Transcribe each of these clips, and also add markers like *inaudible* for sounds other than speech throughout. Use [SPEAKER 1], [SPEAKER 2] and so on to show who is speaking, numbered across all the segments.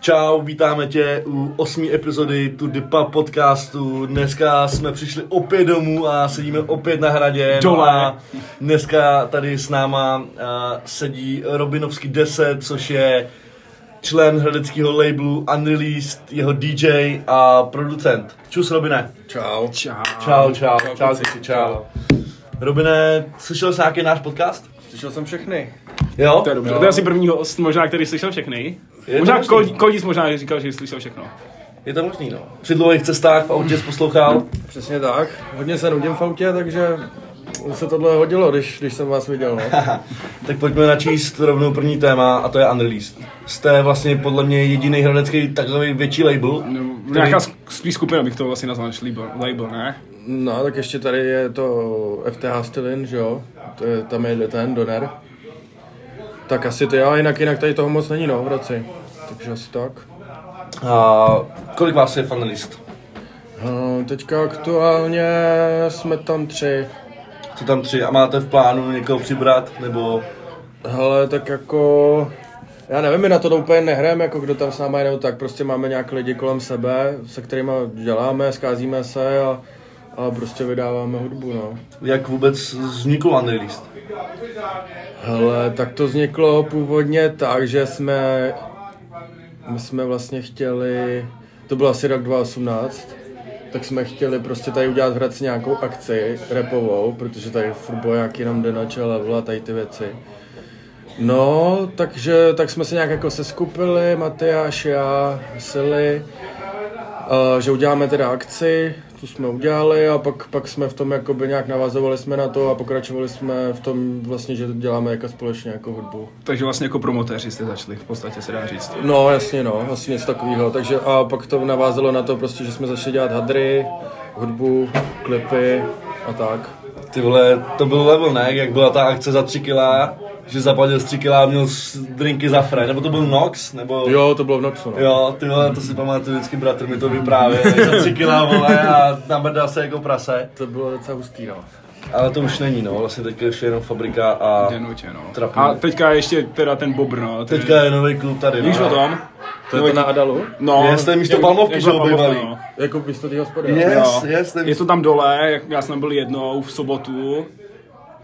[SPEAKER 1] Čau, vítáme tě u osmý epizody tu Dipa podcastu. Dneska jsme přišli opět domů a sedíme opět na hradě. No
[SPEAKER 2] Dole.
[SPEAKER 1] a dneska tady s náma a, sedí Robinovský 10, což je člen hradeckého labelu Unreleased, jeho DJ a producent. Čus Robine.
[SPEAKER 3] Čau.
[SPEAKER 2] Čau.
[SPEAKER 1] Čau, čau, čau,
[SPEAKER 3] Čau,
[SPEAKER 1] čau,
[SPEAKER 3] kluci.
[SPEAKER 1] čau. čau. Robine, slyšel jsi nějaký náš podcast?
[SPEAKER 3] Slyšel jsem všechny.
[SPEAKER 1] Jo?
[SPEAKER 2] To je dobře. To je asi první host, možná, který slyšel všechny.
[SPEAKER 1] Je to
[SPEAKER 2] možná
[SPEAKER 1] možný.
[SPEAKER 2] Kol- Koldis možná říkal, že slyšel všechno.
[SPEAKER 1] Je to možný, no. Při dlouhých cestách v autě jsi poslouchal.
[SPEAKER 3] Přesně tak. Hodně se nudím v autě, takže se tohle hodilo, když, když jsem vás viděl. No.
[SPEAKER 1] Tak pojďme načíst rovnou první téma a to je Unreleased. Jste vlastně podle mě jediný hradecký takový větší label.
[SPEAKER 2] Nebo Nějaká sk- spíš skupina bych to vlastně nazval, než label, label ne?
[SPEAKER 3] no, tak ještě tady je to FTH Stylin, že jo? To je, tam je ten Doner. Tak asi ty, ale jinak, jinak tady toho moc není, no, v Hradci. Takže asi tak.
[SPEAKER 1] A kolik vás je v Unreleased?
[SPEAKER 3] No, teďka aktuálně jsme tam tři.
[SPEAKER 1] Jste tam tři a máte v plánu někoho přibrat? Nebo
[SPEAKER 3] Hele, tak jako... Já nevím, my na to úplně nehrajeme, jako kdo tam s náma je, nebo tak prostě máme nějak lidi kolem sebe, se kterými děláme, scházíme se a, a prostě vydáváme hudbu, no.
[SPEAKER 1] jak vůbec vznikl Unreleased?
[SPEAKER 3] Hele, tak to vzniklo původně tak, že jsme, my jsme vlastně chtěli, to byl asi rok 2018, tak jsme chtěli prostě tady udělat v Hradci nějakou akci repovou, protože tady furt bylo nějaký jenom denače, level a tady ty věci. No, takže tak jsme se nějak jako seskupili, Matyáš, já, Sily, eh, že uděláme teda akci, tu jsme udělali a pak, pak jsme v tom jakoby nějak navazovali jsme na to a pokračovali jsme v tom vlastně, že děláme jako společně jako hudbu.
[SPEAKER 2] Takže vlastně jako promotéři jste začali, v podstatě se dá říct.
[SPEAKER 3] No jasně no, asi něco takového, takže a pak to navázalo na to prostě, že jsme začali dělat hadry, hudbu, klipy a tak.
[SPEAKER 1] Ty vole, to byl level, ne? Jak byla ta akce za tři kila, že zapadil z tři kila a měl s- drinky za fré. Nebo to byl Nox? Nebo...
[SPEAKER 3] Jo, to bylo v Noxu, no.
[SPEAKER 1] Jo, ty vole, to si pamatuju, vždycky bratr mi to vyprávěl, jak za tři kila, vole, a nabrdá se jako prase.
[SPEAKER 3] To bylo docela hustý, no.
[SPEAKER 1] Ale to už není, no, vlastně teďka už je jenom fabrika a
[SPEAKER 2] Den noče, no.
[SPEAKER 1] Trapný.
[SPEAKER 2] A teďka ještě teda ten Bobr, no. Ten,
[SPEAKER 1] teďka je nový klub tady,
[SPEAKER 2] Víš o
[SPEAKER 1] no.
[SPEAKER 2] tom?
[SPEAKER 3] To je to na Adalu?
[SPEAKER 2] No,
[SPEAKER 1] Je, jste místo
[SPEAKER 2] jak-
[SPEAKER 1] Palmovky,
[SPEAKER 2] jak
[SPEAKER 1] že
[SPEAKER 2] byla Palmovka,
[SPEAKER 1] obývalý.
[SPEAKER 2] no.
[SPEAKER 3] Jako místo té hospody.
[SPEAKER 1] Je.
[SPEAKER 3] jo?
[SPEAKER 1] Yes, yes, ten-
[SPEAKER 2] je to tam dole, jak- já jsem tam byl jednou v sobotu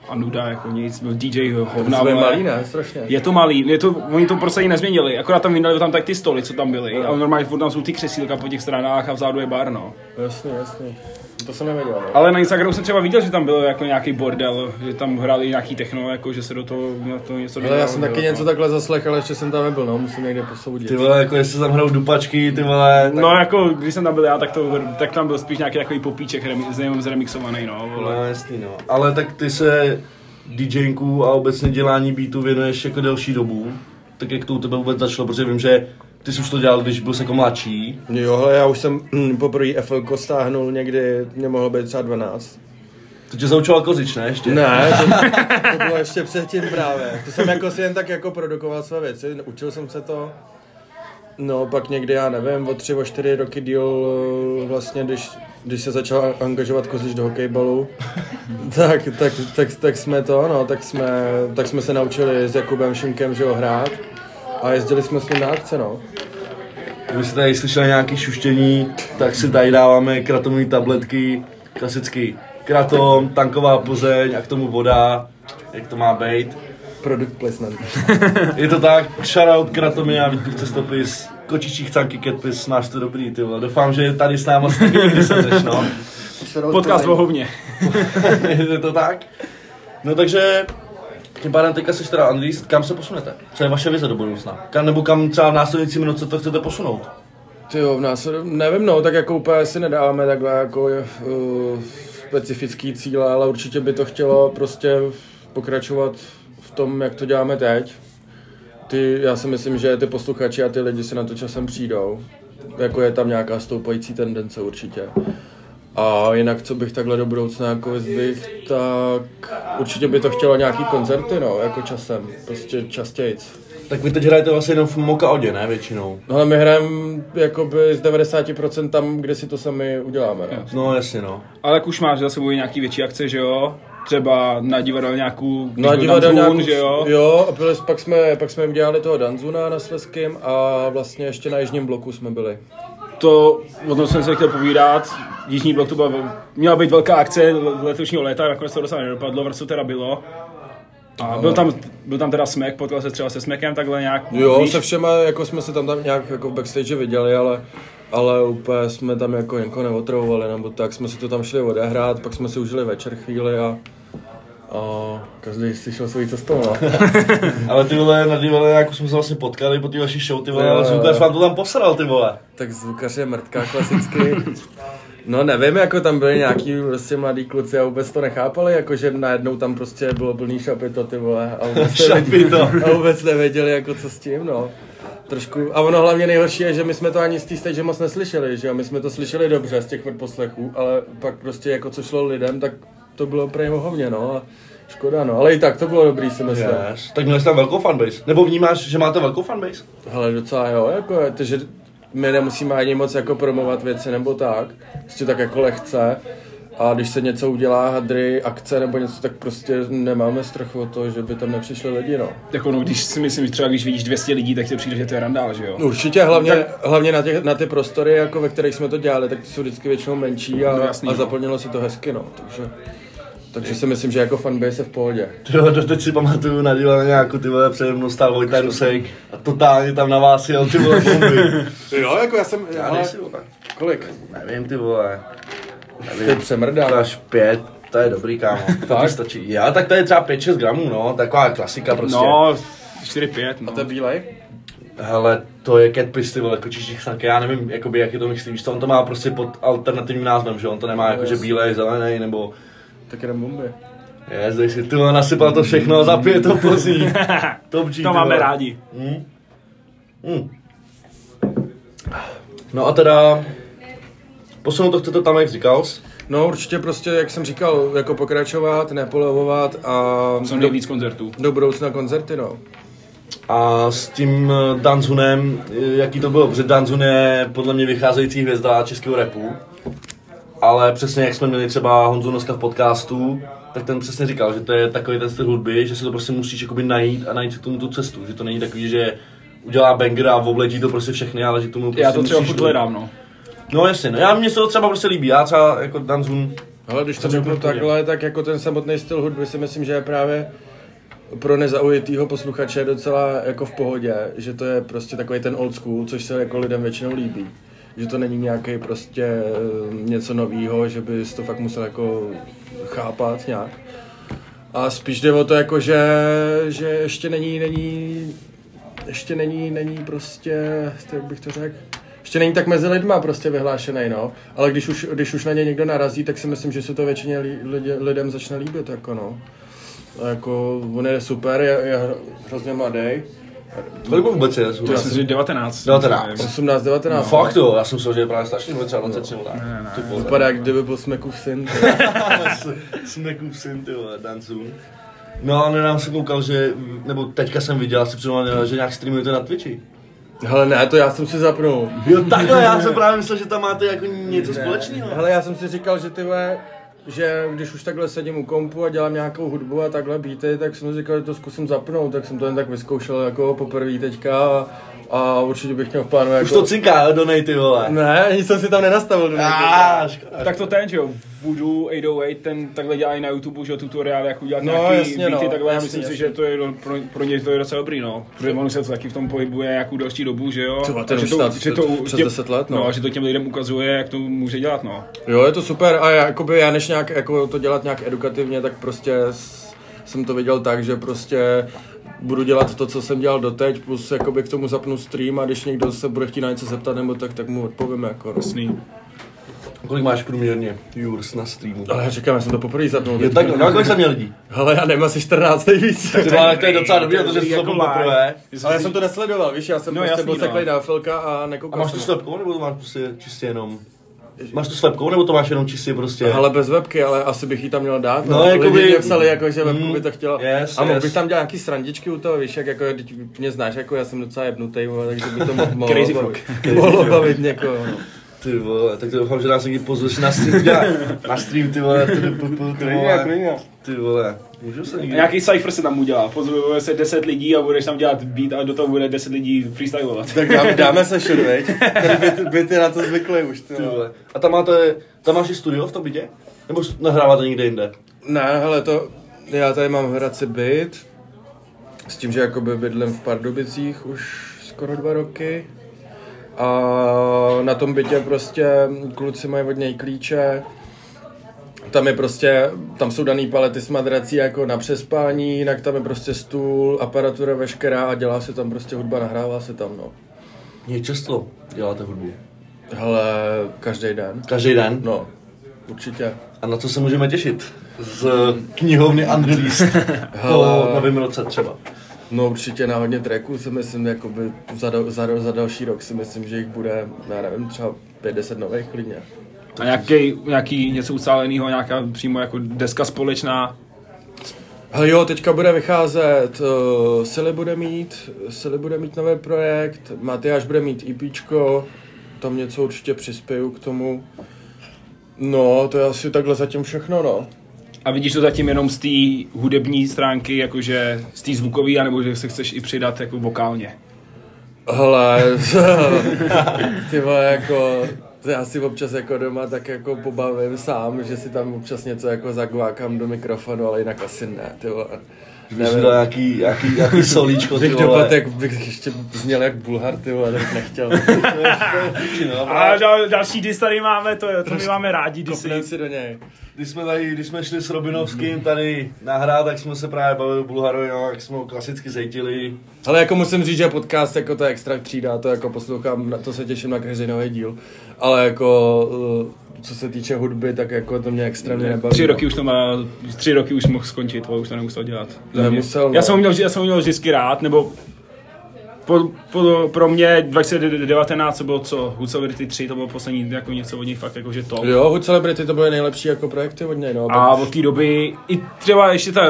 [SPEAKER 2] a nuda jako nic, byl DJ hovna.
[SPEAKER 3] Jsme
[SPEAKER 2] vole.
[SPEAKER 3] malý, ne? Strašně.
[SPEAKER 2] Je to malý, je to, oni to prostě ani nezměnili, akorát tam vyndali tam tak ty stoly, co tam byly, a normálně furt tam jsou ty křesílka po těch stranách a vzadu je bar, no.
[SPEAKER 3] Jasně, jasně. To jsem nevěděl, no.
[SPEAKER 2] Ale na Instagramu jsem třeba viděl, že tam byl jako nějaký bordel, že tam hráli nějaký techno, jako že se do toho, na to něco
[SPEAKER 3] Ale já
[SPEAKER 2] dodalo,
[SPEAKER 3] jsem
[SPEAKER 2] že
[SPEAKER 3] taky
[SPEAKER 2] jo, jako.
[SPEAKER 3] něco takhle zaslech, ale ještě jsem tam nebyl, no, musím někde posoudit.
[SPEAKER 1] Ty vole, jako jestli tam hrajou dupačky, ty vole, tak...
[SPEAKER 2] No jako, když jsem tam byl já, tak, to, tak tam byl spíš nějaký takový popíček remi, s nevím, zremixovaný, no, vole.
[SPEAKER 1] No, jasný, no. Ale tak ty se DJingu a obecně dělání beatů věnuješ jako delší dobu. Tak jak to u tebe vůbec začalo, protože vím, že ty jsi už to dělal, když byl jsi jako mladší.
[SPEAKER 3] Jo, hele, já už jsem hm, poprvé FL stáhnul někdy, mě mohlo být třeba 12.
[SPEAKER 1] To tě zaučoval kozič, ne ještě?
[SPEAKER 3] Ne, to, *laughs* to bylo ještě předtím právě. To jsem jako si jen tak jako produkoval své věci, učil jsem se to. No, pak někdy, já nevím, o tři, o čtyři roky díl eh, vlastně, když, když se začal angažovat Kozič do hokejbalu, *laughs* tak, tak, tak, tak, jsme to, no, tak jsme, tak jsme se naučili s Jakubem Šinkem, že ho hrát a jezdili jsme s ním na akce, no.
[SPEAKER 1] Kdyby jste tady slyšeli nějaké šuštění, tak si tady dáváme kratomové tabletky, klasický kratom, tanková plzeň a k tomu voda, jak to má být.
[SPEAKER 3] Product placement.
[SPEAKER 1] Je to tak, shoutout kratomy a Vítku cestopis, kočičí chcanky, ketpis, máš to dobrý, ty vole. Doufám, že tady s náma se taky někdy sedneš, no. *laughs*
[SPEAKER 2] Podcast o hovně.
[SPEAKER 1] je to tak? No takže, tím pádem teďka jsi teda Andrís, kam se posunete? Co je vaše vize do budoucna? Kam, nebo kam třeba v následujícím roce to chcete posunout?
[SPEAKER 3] Ty jo, v nás, nevím no, tak jako úplně si nedáváme takhle jako uh, specifický cíle, ale určitě by to chtělo prostě pokračovat v tom, jak to děláme teď. Ty, já si myslím, že ty posluchači a ty lidi se na to časem přijdou. Jako je tam nějaká stoupající tendence určitě. A jinak, co bych takhle do budoucna jako vyzdvihl, tak určitě by to chtělo nějaký koncerty, no, jako časem, prostě častějc.
[SPEAKER 1] Tak vy teď hrajete vlastně jenom v Mokaodě, ne většinou?
[SPEAKER 3] No ale my hrajeme jakoby z 90% tam, kde si to sami uděláme. No.
[SPEAKER 1] No jasně no.
[SPEAKER 2] Ale jak už máš za sebou i nějaký větší akce, že jo? třeba na divadelňáku, když
[SPEAKER 3] No a
[SPEAKER 2] byl
[SPEAKER 3] divadelňáků,
[SPEAKER 2] Danzun, že jo?
[SPEAKER 3] jo a byli, pak, jsme, pak jsme udělali toho Danzuna na Sleským a vlastně ještě na Jižním bloku jsme byli.
[SPEAKER 2] To, o tom jsem se chtěl povídat, Jižní blok to byla, vel- měla být velká akce l- letošního léta, nakonec to docela nedopadlo, vrstu teda bylo. A byl tam, byl tam teda Smek, potkal se třeba se Smekem takhle nějak.
[SPEAKER 3] Jo,
[SPEAKER 2] víš?
[SPEAKER 3] se všema, jako jsme se tam, tam nějak jako v backstage viděli, ale, ale úplně jsme tam jako někoho neotravovali, nebo tak jsme si to tam šli odehrát, pak jsme si užili večer chvíli a, a každý si šel svojí cestou, no.
[SPEAKER 1] Ale ty vole, na divadle, jako jsme se vlastně potkali po té vaší show, ty vole,
[SPEAKER 3] Jo,
[SPEAKER 1] ale
[SPEAKER 3] jo,
[SPEAKER 1] zvukař
[SPEAKER 3] jo.
[SPEAKER 1] vám to tam posral, ty vole.
[SPEAKER 3] Tak zvukař je mrtká klasicky. No nevím, jako tam byli nějaký prostě mladí kluci a vůbec to nechápali, jako že najednou tam prostě bylo plný šapito, ty vole. A vůbec,
[SPEAKER 1] Šapito.
[SPEAKER 3] a vůbec nevěděli, jako co s tím, no. Trošku, a ono hlavně nejhorší je, že my jsme to ani z té stage moc neslyšeli, že jo, my jsme to slyšeli dobře z těch poslechů, ale pak prostě jako co šlo lidem, tak to bylo prej hovně, no a škoda, no, ale i tak to bylo dobrý, si myslím.
[SPEAKER 1] Yes. Tak měli jste tam velkou fanbase. Nebo vnímáš, že máte velkou fanbase?
[SPEAKER 3] Hele, docela jo, jako, takže my nemusíme ani moc jako promovat věci nebo tak, prostě tak jako lehce. A když se něco udělá, hadry, akce nebo něco, tak prostě nemáme strach o to, že by tam nepřišli lidi, no.
[SPEAKER 2] Jako no, když si myslím, že třeba když vidíš 200 lidí, tak ti přijde, že to je randál, že jo?
[SPEAKER 3] Určitě, hlavně, hlavně na, těch, na ty prostory, jako ve kterých jsme to dělali, tak ty jsou vždycky většinou menší a,
[SPEAKER 2] No
[SPEAKER 3] no,
[SPEAKER 2] jasný,
[SPEAKER 3] jasný, a
[SPEAKER 2] no.
[SPEAKER 3] zaplnilo se to hezky, no, takže... Takže si myslím, že jako fanbase je v pohodě.
[SPEAKER 1] Ty vole, doteď si pamatuju na divadle nějakou, ty vole, přede mnou stál Vojta Rusek a totálně tam na vás jel, ty vole, bomby.
[SPEAKER 3] *laughs* Jo, jako já jsem...
[SPEAKER 1] Já nejsi, vole.
[SPEAKER 3] Kolik?
[SPEAKER 1] Nevím, ty vole.
[SPEAKER 3] Ty přemrdá.
[SPEAKER 1] Až pět, to je dobrý, kámo. To ti
[SPEAKER 3] Fakt?
[SPEAKER 1] stačí. Já, tak to je třeba 5-6 gramů, no, taková klasika prostě.
[SPEAKER 2] No, 4-5, no.
[SPEAKER 3] A to je bílej?
[SPEAKER 1] Hele, to je cat piss, ty vole, kočičí chsanky, já nevím, jakoby, jak je to myslíš, to on to má prostě pod alternativním názvem, že on to nemá jako, že bílej, zelený, nebo
[SPEAKER 3] Tak jenom bomby.
[SPEAKER 1] je, zdej si, ty vole, nasypal to všechno, a zapije to
[SPEAKER 2] *laughs*
[SPEAKER 1] pozí. Top G, ty
[SPEAKER 2] To máme
[SPEAKER 1] vole.
[SPEAKER 2] rádi.
[SPEAKER 1] Hm? Hm. No a teda, posunout to chcete tam, jak říkal jsi.
[SPEAKER 3] No určitě prostě, jak jsem říkal, jako pokračovat, nepolevovat a
[SPEAKER 2] Co nejvíc koncertů.
[SPEAKER 3] do budoucna koncerty, no.
[SPEAKER 1] A s tím eh, Danzunem, eh, jaký to bylo, protože Danzun je podle mě vycházející hvězda českého repu. Ale přesně jak jsme měli třeba Honzu Noska v podcastu, tak ten přesně říkal, že to je takový ten styl hudby, že si to prostě musíš jakoby najít a najít si k tomu tu cestu. Že to není takový, že udělá banger a obletí to prostě všechny, ale že tomu prostě
[SPEAKER 2] Já to třeba
[SPEAKER 1] musíš
[SPEAKER 2] furt
[SPEAKER 1] dojít.
[SPEAKER 2] hledám, no.
[SPEAKER 1] No jasně, no, já mně se to třeba prostě líbí, já třeba jako Danzun
[SPEAKER 3] Ale když to
[SPEAKER 1] Začnu
[SPEAKER 3] řeknu
[SPEAKER 1] úplně.
[SPEAKER 3] takhle, tak jako ten samotný styl hudby si myslím, že je právě pro nezaujetýho posluchače docela jako v pohodě, že to je prostě takový ten old school, což se jako lidem většinou líbí. Že to není nějaký prostě eh, něco novýho, že bys to fakt musel jako chápat nějak. A spíš jde o to jako, že, že ještě není, není, ještě není, není prostě, jak bych to řekl, ještě není tak mezi lidma prostě vyhlášený, no. Ale když už, když už na ně někdo narazí, tak si myslím, že se to většině lí- lidě, lidem začne líbit, jako no. A jako, on je super, je, je hro- hrozně mladý.
[SPEAKER 1] Kolik mu vůbec je?
[SPEAKER 2] Já jsem si 19.
[SPEAKER 1] 19.
[SPEAKER 2] nevím.
[SPEAKER 3] 18, 19.
[SPEAKER 1] No, fakt jo, já jsem se že je právě starší, nebo třeba 23 nebo tak. Ty vole. *laughs*
[SPEAKER 3] Vypadá, jak kdyby byl Smekův syn.
[SPEAKER 1] Smekův syn, ty vole, dancům. No a nedám se koukal, že, nebo teďka jsem viděl, asi přijel, že nějak streamujete na Twitchi.
[SPEAKER 3] *laughs* Hele, ne, to já jsem si zapnul.
[SPEAKER 1] Jo takhle, já jsem právě myslel, že tam máte jako něco společného.
[SPEAKER 3] Hele, já jsem si říkal, že ty vole, že když už takhle sedím u kompu a dělám nějakou hudbu a takhle beaty, tak jsem si říkal, že to zkusím zapnout, tak jsem to jen tak vyzkoušel jako poprvé teďka a, a určitě bych měl v plánu jako...
[SPEAKER 1] Už to cinká, donej ty vole.
[SPEAKER 3] Ne, nic jsem si tam nenastavil. do
[SPEAKER 1] Ah, škoda.
[SPEAKER 2] Tak to ten, že jo, Voodoo 808, ten takhle dělá i na YouTube, že jo, tutoriály, jak udělat
[SPEAKER 3] No,
[SPEAKER 2] nějaký
[SPEAKER 3] jasně,
[SPEAKER 2] beaty,
[SPEAKER 3] no,
[SPEAKER 2] takhle, já
[SPEAKER 3] jasně,
[SPEAKER 2] myslím si,
[SPEAKER 3] jasně.
[SPEAKER 2] že to je do- pro, pro něj to je docela dobrý, no. Protože on se to taky v tom pohybuje nějakou další dobu, že jo.
[SPEAKER 3] Ty vole, ten
[SPEAKER 2] Takže
[SPEAKER 3] už snad přes
[SPEAKER 2] těm-
[SPEAKER 3] 10 let, no.
[SPEAKER 2] No, a že to těm lidem ukazuje, jak to může dělat, no.
[SPEAKER 3] Jo, je to super a já, jakoby, já než nějak, jako to dělat nějak edukativně, tak prostě s, jsem to viděl tak, že prostě budu dělat to, co jsem dělal doteď, plus jakoby k tomu zapnu stream a když někdo se bude chtít na něco zeptat nebo tak, tak mu odpovím jako. No.
[SPEAKER 2] Jasný.
[SPEAKER 1] Kolik máš průměrně viewers na streamu?
[SPEAKER 3] Ale já říkám, já jsem to poprvé zapnul.
[SPEAKER 1] Jo takhle, no a kolik jsem měl lidí?
[SPEAKER 3] Ale já nemám asi 14 nejvíc.
[SPEAKER 1] Ty vole, to je docela dobrý, protože
[SPEAKER 2] dobrý
[SPEAKER 1] jsi to
[SPEAKER 2] jako
[SPEAKER 1] byl
[SPEAKER 2] live.
[SPEAKER 1] poprvé.
[SPEAKER 2] Jestli
[SPEAKER 3] Ale já
[SPEAKER 2] si-
[SPEAKER 3] jsem to nesledoval, víš, já jsem
[SPEAKER 2] No,
[SPEAKER 3] no, prostě
[SPEAKER 2] jasný,
[SPEAKER 3] byl
[SPEAKER 2] no.
[SPEAKER 3] takový náfilka a nekoukal
[SPEAKER 1] A máš tu
[SPEAKER 3] jsem na-
[SPEAKER 1] slepkou, nebo to máš prostě čistě jenom? Máš tu slepkou, nebo to máš jenom čistě prostě?
[SPEAKER 3] Ale bez webky, ale asi bych jí tam měl dát.
[SPEAKER 1] No,
[SPEAKER 3] Lidi
[SPEAKER 1] jakoby-
[SPEAKER 3] mě psali, jako, že webku
[SPEAKER 1] Mm,
[SPEAKER 3] by to chtěla.
[SPEAKER 1] yes,
[SPEAKER 3] a mohl
[SPEAKER 1] yes.
[SPEAKER 3] bych tam dělat nějaký srandičky u toho, víš, jak jako, teď
[SPEAKER 1] *laughs*
[SPEAKER 3] mě znáš, jako já jsem docela jebnutej, vole, takže by to mo- mohlo
[SPEAKER 2] Crazy
[SPEAKER 3] bavit, mohlo bavit někoho. No.
[SPEAKER 1] Ty vole, tak to doufám, že nás někdy pozveš na stream, udělá, *laughs* na stream, ty vole, ty, ty vole, ty vole, můžu se někdy?
[SPEAKER 2] Nějaký cypher se tam udělá, pozveme se 10 lidí a budeš tam dělat beat a do toho bude 10 lidí freestylovat.
[SPEAKER 3] Tak dáme, dáme se šud, veď? Tady by, by ty na to zvyklý už, ty
[SPEAKER 1] Ty
[SPEAKER 3] vole.
[SPEAKER 1] vole. A tam máte, tam máš i studio v tom bytě? Nebo s- nahráváte někde jinde?
[SPEAKER 3] Ne, hele, to, já tady mám v Hradci byt, s tím, že jakoby bydlím v Pardubicích už skoro dva roky. A na tom bytě prostě kluci mají od něj klíče. Tam je prostě, tam jsou daný palety s madrací jako na přespání, jinak tam je prostě stůl, aparatura veškerá a dělá se tam prostě hudba, nahrává se tam, no.
[SPEAKER 1] Je často děláte hudbu.
[SPEAKER 3] Hele, každý den.
[SPEAKER 1] Každý den?
[SPEAKER 3] No, určitě.
[SPEAKER 1] A na co se můžeme těšit? Z knihovny *laughs* Unreleased. po novém roce třeba.
[SPEAKER 3] No určitě na hodně tracků si myslím, jakoby za, do, za, do, za další rok si myslím, že jich bude, já nevím, třeba 5-10 nových klidně.
[SPEAKER 2] A nějaký, nějaký něco ustáleného, nějaká přímo jako deska společná.
[SPEAKER 3] Hele jo, teďka bude vycházet, uh, Sily bude mít, Sily bude mít nový projekt, Matyáš bude mít IPčko, tam něco určitě přispěju k tomu. No, to je asi takhle zatím všechno, no.
[SPEAKER 2] A vidíš to zatím jenom z té hudební stránky, jakože z té zvukové, anebo že se chceš i přidat jako vokálně.
[SPEAKER 3] Hele, *laughs* ty vole, jako, to já si občas jako doma tak jako pobavím sám, že si tam občas něco jako zagvákám do mikrofonu, ale jinak asi ne, ty vole.
[SPEAKER 1] Když dal nějaký, nějaký, *laughs* nějaký solíčko, ty
[SPEAKER 3] Bych
[SPEAKER 1] vole.
[SPEAKER 3] dopad, jak bych ještě zněl jak bulhar, ty vole, tak
[SPEAKER 2] *laughs*
[SPEAKER 3] nechtěl. no,
[SPEAKER 2] A dal, další dis tady máme, to, to my máme rádi disy.
[SPEAKER 3] Kopnem si do něj.
[SPEAKER 1] Když jsme, tady, když jsme šli s Robinovským tady nahrát, tak jsme se právě bavili o Bulharovi, no, jak jsme ho klasicky zejtili.
[SPEAKER 3] Ale jako musím říct, že podcast jako to je extra třída, to jako poslouchám, na to se těším na každý nový díl. Ale jako, eh, co se týče hudby, tak jako to mě extrémně nebaví.
[SPEAKER 2] Tři
[SPEAKER 3] no.
[SPEAKER 2] roky už to má, tři roky už mohl skončit, ale už to nemusel dělat. Za mě.
[SPEAKER 3] Nemusel, no.
[SPEAKER 2] já, jsem ho měl, já jsem ho měl vždycky rád, nebo po, po, pro mě 2019 to bylo co, Hood Celebrity 3, to bylo poslední jako něco od nich fakt jakože top.
[SPEAKER 3] Jo, Hood Celebrity to byly nejlepší jako projekty od něj, no.
[SPEAKER 2] A od té doby, i třeba ještě ta,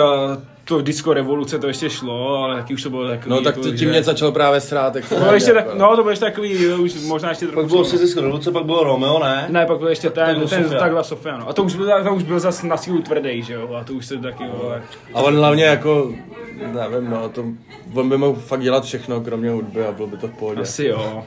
[SPEAKER 2] to disco revoluce, to ještě šlo, ale taky už to bylo takový...
[SPEAKER 3] No tak
[SPEAKER 2] jako,
[SPEAKER 3] to tím mě začal právě srát, tak to
[SPEAKER 2] No,
[SPEAKER 3] nevím,
[SPEAKER 2] ještě
[SPEAKER 3] jako.
[SPEAKER 2] tak, no, to bylo ještě takový, jo, už možná ještě
[SPEAKER 1] Pak
[SPEAKER 2] trochu...
[SPEAKER 1] bylo Sisysko revoluce, pak bylo Romeo, ne?
[SPEAKER 2] Ne, pak byl ještě ten,
[SPEAKER 1] byl
[SPEAKER 2] ten, ten
[SPEAKER 1] Sofia.
[SPEAKER 2] takhle Sofia, no. A to už byl, to už byl zase na sílu tvrdý, že jo, a to už se taky, vole.
[SPEAKER 3] A on hlavně jako, nevím, no, to, on by mohl fakt dělat všechno, kromě hudby a bylo by to v pohodě.
[SPEAKER 1] *laughs*
[SPEAKER 2] Asi jo.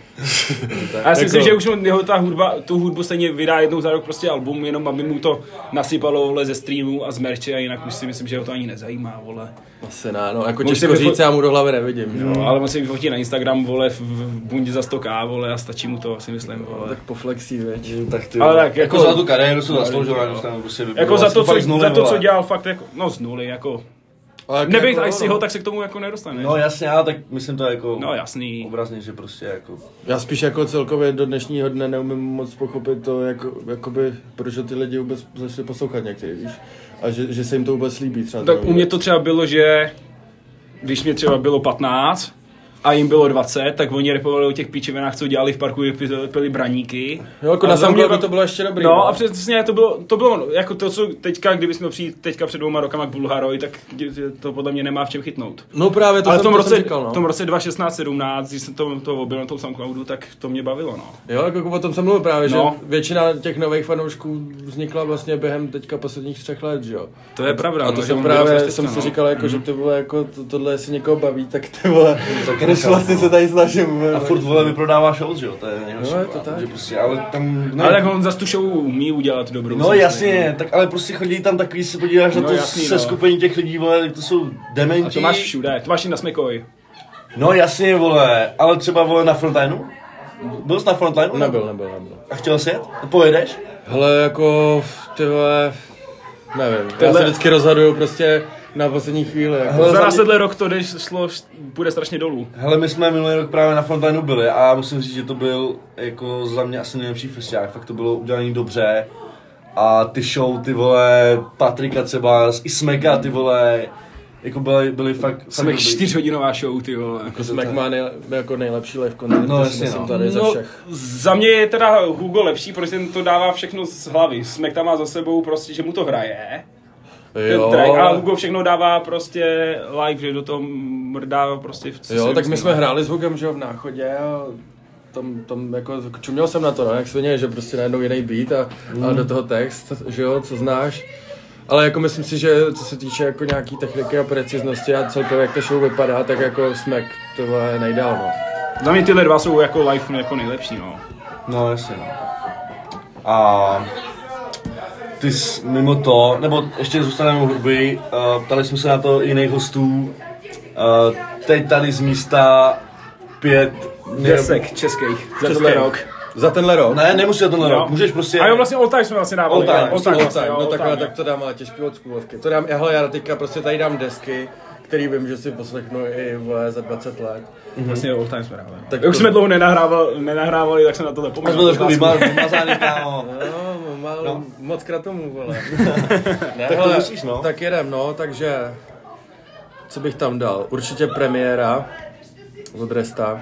[SPEAKER 2] A já si myslím, že
[SPEAKER 1] jako-
[SPEAKER 2] už on, jeho ta hudba, tu hudbu stejně vydá jednou za rok prostě album, jenom aby mu to nasypalo vole ze streamu a z merče a jinak už si myslím, že ho to ani nezajímá, vole.
[SPEAKER 3] Asi ne, no, jako
[SPEAKER 2] Můžu
[SPEAKER 3] těžko
[SPEAKER 2] si vyfo-
[SPEAKER 3] říct, já mu do hlavy nevidím.
[SPEAKER 2] No, ale on si vyfotí na Instagram, vole, v, v bundě za 100k, vole, a stačí mu to, si myslím,
[SPEAKER 3] No,
[SPEAKER 2] vole.
[SPEAKER 3] tak poflexí, veď.
[SPEAKER 1] Tak ty,
[SPEAKER 2] Ale
[SPEAKER 1] vole.
[SPEAKER 2] Mm, tak
[SPEAKER 1] jako,
[SPEAKER 2] jako-
[SPEAKER 1] za tu kariéru se
[SPEAKER 2] No,
[SPEAKER 1] zasloužil,
[SPEAKER 2] jo.
[SPEAKER 1] já jsem prostě vybudoval
[SPEAKER 2] Jako za
[SPEAKER 1] si
[SPEAKER 2] to, co,
[SPEAKER 1] fakt z nuly,
[SPEAKER 2] za to, co
[SPEAKER 1] vole.
[SPEAKER 2] dělal fakt, jako, no z nuly, jako.
[SPEAKER 3] Ale jako-
[SPEAKER 2] Nebejt jako, si ho, tak se k tomu jako nedostane.
[SPEAKER 1] No jasně, ale tak myslím to jako
[SPEAKER 2] no jasný.
[SPEAKER 1] obrazně, že prostě jako
[SPEAKER 3] Já spíš jako celkově do dnešního dne neumím moc pochopit to, jako, jakoby, proč ho ty lidi vůbec začali poslouchat někdy, víš? A že, že se jim to vůbec líbí třeba.
[SPEAKER 2] Tak
[SPEAKER 3] ta
[SPEAKER 2] u mě to třeba bylo, že když mě třeba bylo 15 a jim bylo 20, tak oni repovali o těch píčevinách, co dělali v parku, jak pili- pili braníky.
[SPEAKER 3] Jo, jako
[SPEAKER 2] A
[SPEAKER 3] na
[SPEAKER 2] za
[SPEAKER 3] Soundcloudu
[SPEAKER 2] pak-
[SPEAKER 3] to bylo ještě dobrý,
[SPEAKER 2] No
[SPEAKER 3] no.
[SPEAKER 2] a přesně to bylo, to bylo jako to, co teďka, kdyby jsme přijít teďka před dvouma rokama k Bulharoj, tak to podle mě nemá v čem chytnout.
[SPEAKER 3] No právě to
[SPEAKER 2] Ale v
[SPEAKER 3] jsem,
[SPEAKER 2] tom,
[SPEAKER 3] to
[SPEAKER 2] roce,
[SPEAKER 3] jsem říkal, no.
[SPEAKER 2] v tom roce 2016 17 když jsem to, to objel na tom Soundcloudu, tak to mě bavilo, no.
[SPEAKER 3] Jo, jako o tom jsem mluvil právě,
[SPEAKER 2] No.
[SPEAKER 3] že většina těch nových fanoušků vznikla vlastně během teďka posledních třech let, že jo?
[SPEAKER 2] To je pravda,
[SPEAKER 3] A
[SPEAKER 2] no,
[SPEAKER 3] to
[SPEAKER 2] že
[SPEAKER 3] jsem
[SPEAKER 2] on byl
[SPEAKER 3] právě,
[SPEAKER 1] vlastně
[SPEAKER 2] prostě
[SPEAKER 3] jsem
[SPEAKER 2] co,
[SPEAKER 3] si
[SPEAKER 2] no.
[SPEAKER 3] říkal, jako, že ty vole, jako to, tohle, jestli někoho baví, tak ty vole,
[SPEAKER 1] Mhm.
[SPEAKER 3] *laughs*
[SPEAKER 1] Tak
[SPEAKER 3] než
[SPEAKER 1] nechápu,
[SPEAKER 3] vlastně
[SPEAKER 1] no.
[SPEAKER 3] se tady snažím. vole,
[SPEAKER 1] A furt vole vyprodává show, že jo, to je nejhorší.
[SPEAKER 3] No, je to
[SPEAKER 1] vole,
[SPEAKER 3] tak.
[SPEAKER 1] Že prostě, ale tam...
[SPEAKER 2] No, Ale jako- tak on za tu show umí udělat dobrou.
[SPEAKER 1] No
[SPEAKER 2] samozřejmě.
[SPEAKER 1] jasně, tak ale prostě chodí tam takový, se podíváš
[SPEAKER 2] No,
[SPEAKER 1] na to
[SPEAKER 2] jasný,
[SPEAKER 1] se
[SPEAKER 2] no.
[SPEAKER 1] skupení těch lidí, vole, tak to jsou dementi.
[SPEAKER 2] A to máš všude, to máš i na Smekoj.
[SPEAKER 1] No jasně, vole, ale třeba vole na frontlineu? Byl jsi na frontlineu?
[SPEAKER 3] Nebyl, nebyl, nebyl.
[SPEAKER 1] A chtěl jsi jet? Pojedeš?
[SPEAKER 3] Hele, jako, ty vole, nevím, já se
[SPEAKER 2] Tenhle-
[SPEAKER 3] vždycky rozhoduju prostě na poslední chvíli, jako.
[SPEAKER 1] Hele,
[SPEAKER 2] Za
[SPEAKER 1] za
[SPEAKER 2] následle rok to, když šlo, š- bude strašně dolů.
[SPEAKER 1] Hele, my jsme minulý rok právě na frontlineu byli a musím říct, že to byl jako za mě asi nejlepší festiák, fakt to bylo udělané dobře. A ty show, ty vole, Patrika třeba, i Smeka, ty vole, jako byly, byly fakt... fakt
[SPEAKER 2] Jsme
[SPEAKER 1] dobrý.
[SPEAKER 2] čtyřhodinová show, ty vole.
[SPEAKER 3] Jako Smack má nejle, jako nejlepší live koncert,
[SPEAKER 1] No,
[SPEAKER 3] no,
[SPEAKER 1] jasně,
[SPEAKER 3] jsem
[SPEAKER 1] no.
[SPEAKER 3] tady ze
[SPEAKER 2] No,
[SPEAKER 3] všech.
[SPEAKER 2] za mě je teda Hugo lepší, protože ten to dává všechno z hlavy. Smek tam má za sebou prostě, že mu to hraje. Ten
[SPEAKER 3] Jo,
[SPEAKER 2] track, a Hugo všechno dává prostě live, že do toho mrdá prostě v co
[SPEAKER 3] jo
[SPEAKER 2] si
[SPEAKER 3] tak my
[SPEAKER 2] myslí.
[SPEAKER 3] jsme hráli s Hugem, že jo, v náchodě a tam, tam jako čuměl jsem na to, no, jak svině, že prostě najednou jiný beat a, a
[SPEAKER 2] Mm.
[SPEAKER 3] do toho text, že jo, co znáš. Ale jako myslím si, že co se týče jako nějaký techniky a preciznosti a celkově jak ta show vypadá, tak jako smek to je nejdál, no.
[SPEAKER 2] Za mě tyhle dva jsou jako live jako nejlepší, no.
[SPEAKER 1] No jasně. no. A ty jsi mimo to, nebo ještě zůstaneme u hudby, uh, ptali jsme se na to i jiných hostů. Uh, teď tady z místa pět...
[SPEAKER 2] Desek českých za tenhle
[SPEAKER 3] Českej.
[SPEAKER 2] rok.
[SPEAKER 3] Za tenhle rok?
[SPEAKER 1] Ne, nemusí to tenhle
[SPEAKER 2] Jo.
[SPEAKER 1] rok, můžeš prostě...
[SPEAKER 2] A jo, vlastně all time jsme vlastně dávali.
[SPEAKER 1] All time,
[SPEAKER 2] jo,
[SPEAKER 1] vlastně
[SPEAKER 3] All
[SPEAKER 2] vlastně,
[SPEAKER 3] time,
[SPEAKER 2] jo,
[SPEAKER 3] no
[SPEAKER 2] all
[SPEAKER 3] tak,
[SPEAKER 2] time,
[SPEAKER 3] ale
[SPEAKER 2] jo.
[SPEAKER 3] tak to dám ale těžký od skůlovky. To dám, hele, já teďka prostě tady dám desky, který vím, že si poslechnu i vole, za 20 let.
[SPEAKER 2] Vlastně all time jsme dávali.
[SPEAKER 3] Tak
[SPEAKER 2] Tak Jak
[SPEAKER 3] to-
[SPEAKER 2] jsme dlouho nenahrávali, nenahrávali, tak jsem na Vlastně- tohle
[SPEAKER 1] My
[SPEAKER 2] pomůžu.
[SPEAKER 1] jsme trošku vymá- vymazáni,
[SPEAKER 2] *laughs*
[SPEAKER 1] kámo.
[SPEAKER 3] No, málo,
[SPEAKER 1] No.
[SPEAKER 3] no. moc krát tomu,
[SPEAKER 1] *laughs*
[SPEAKER 3] vole. ne,
[SPEAKER 1] Tak to musíš, no.
[SPEAKER 3] Tak jedem, no, takže... Co bych tam dal? Určitě premiéra od Resta.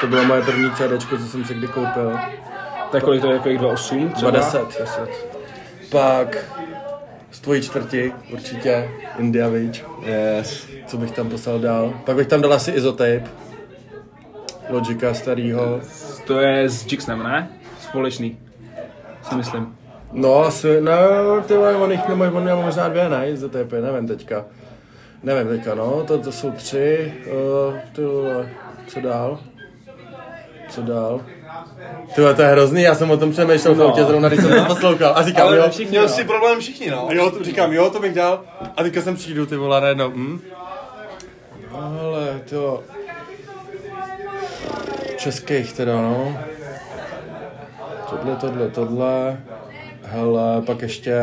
[SPEAKER 3] To bylo moje první CDčko, co jsem si kdy koupil.
[SPEAKER 2] Tak kolik to je, kolik 2,8 třeba?
[SPEAKER 3] 20. 10. Pak z tvojí čtvrti určitě India Witch.
[SPEAKER 1] Yes.
[SPEAKER 3] Co bych tam poslal dál? Pak bych tam dal asi Izotape. Logika starýho.
[SPEAKER 2] To je s Jixnem, ne? Společný. Si myslím.
[SPEAKER 3] No asi, no, ty vole, on jich nemají, on měl možná dvě, ne, IZTP, nevím teďka. Nevím teďka, no, to, to jsou tři, uh, ty vole, co dál? Co dál? Ty vole, to je hrozný, já jsem o tom přemýšlel no. v autě zrovna, když jsem to poslouchal a říkám,
[SPEAKER 1] Ale
[SPEAKER 3] jo,
[SPEAKER 1] všichni, měl si problém všichni, no.
[SPEAKER 3] a jo, to říkám, jo, to bych dal. A teďka jsem přijdu, ty vole, najednou, hm? Ale to... Českých teda, no. Tohle, tohle, tohle. Hele, pak ještě...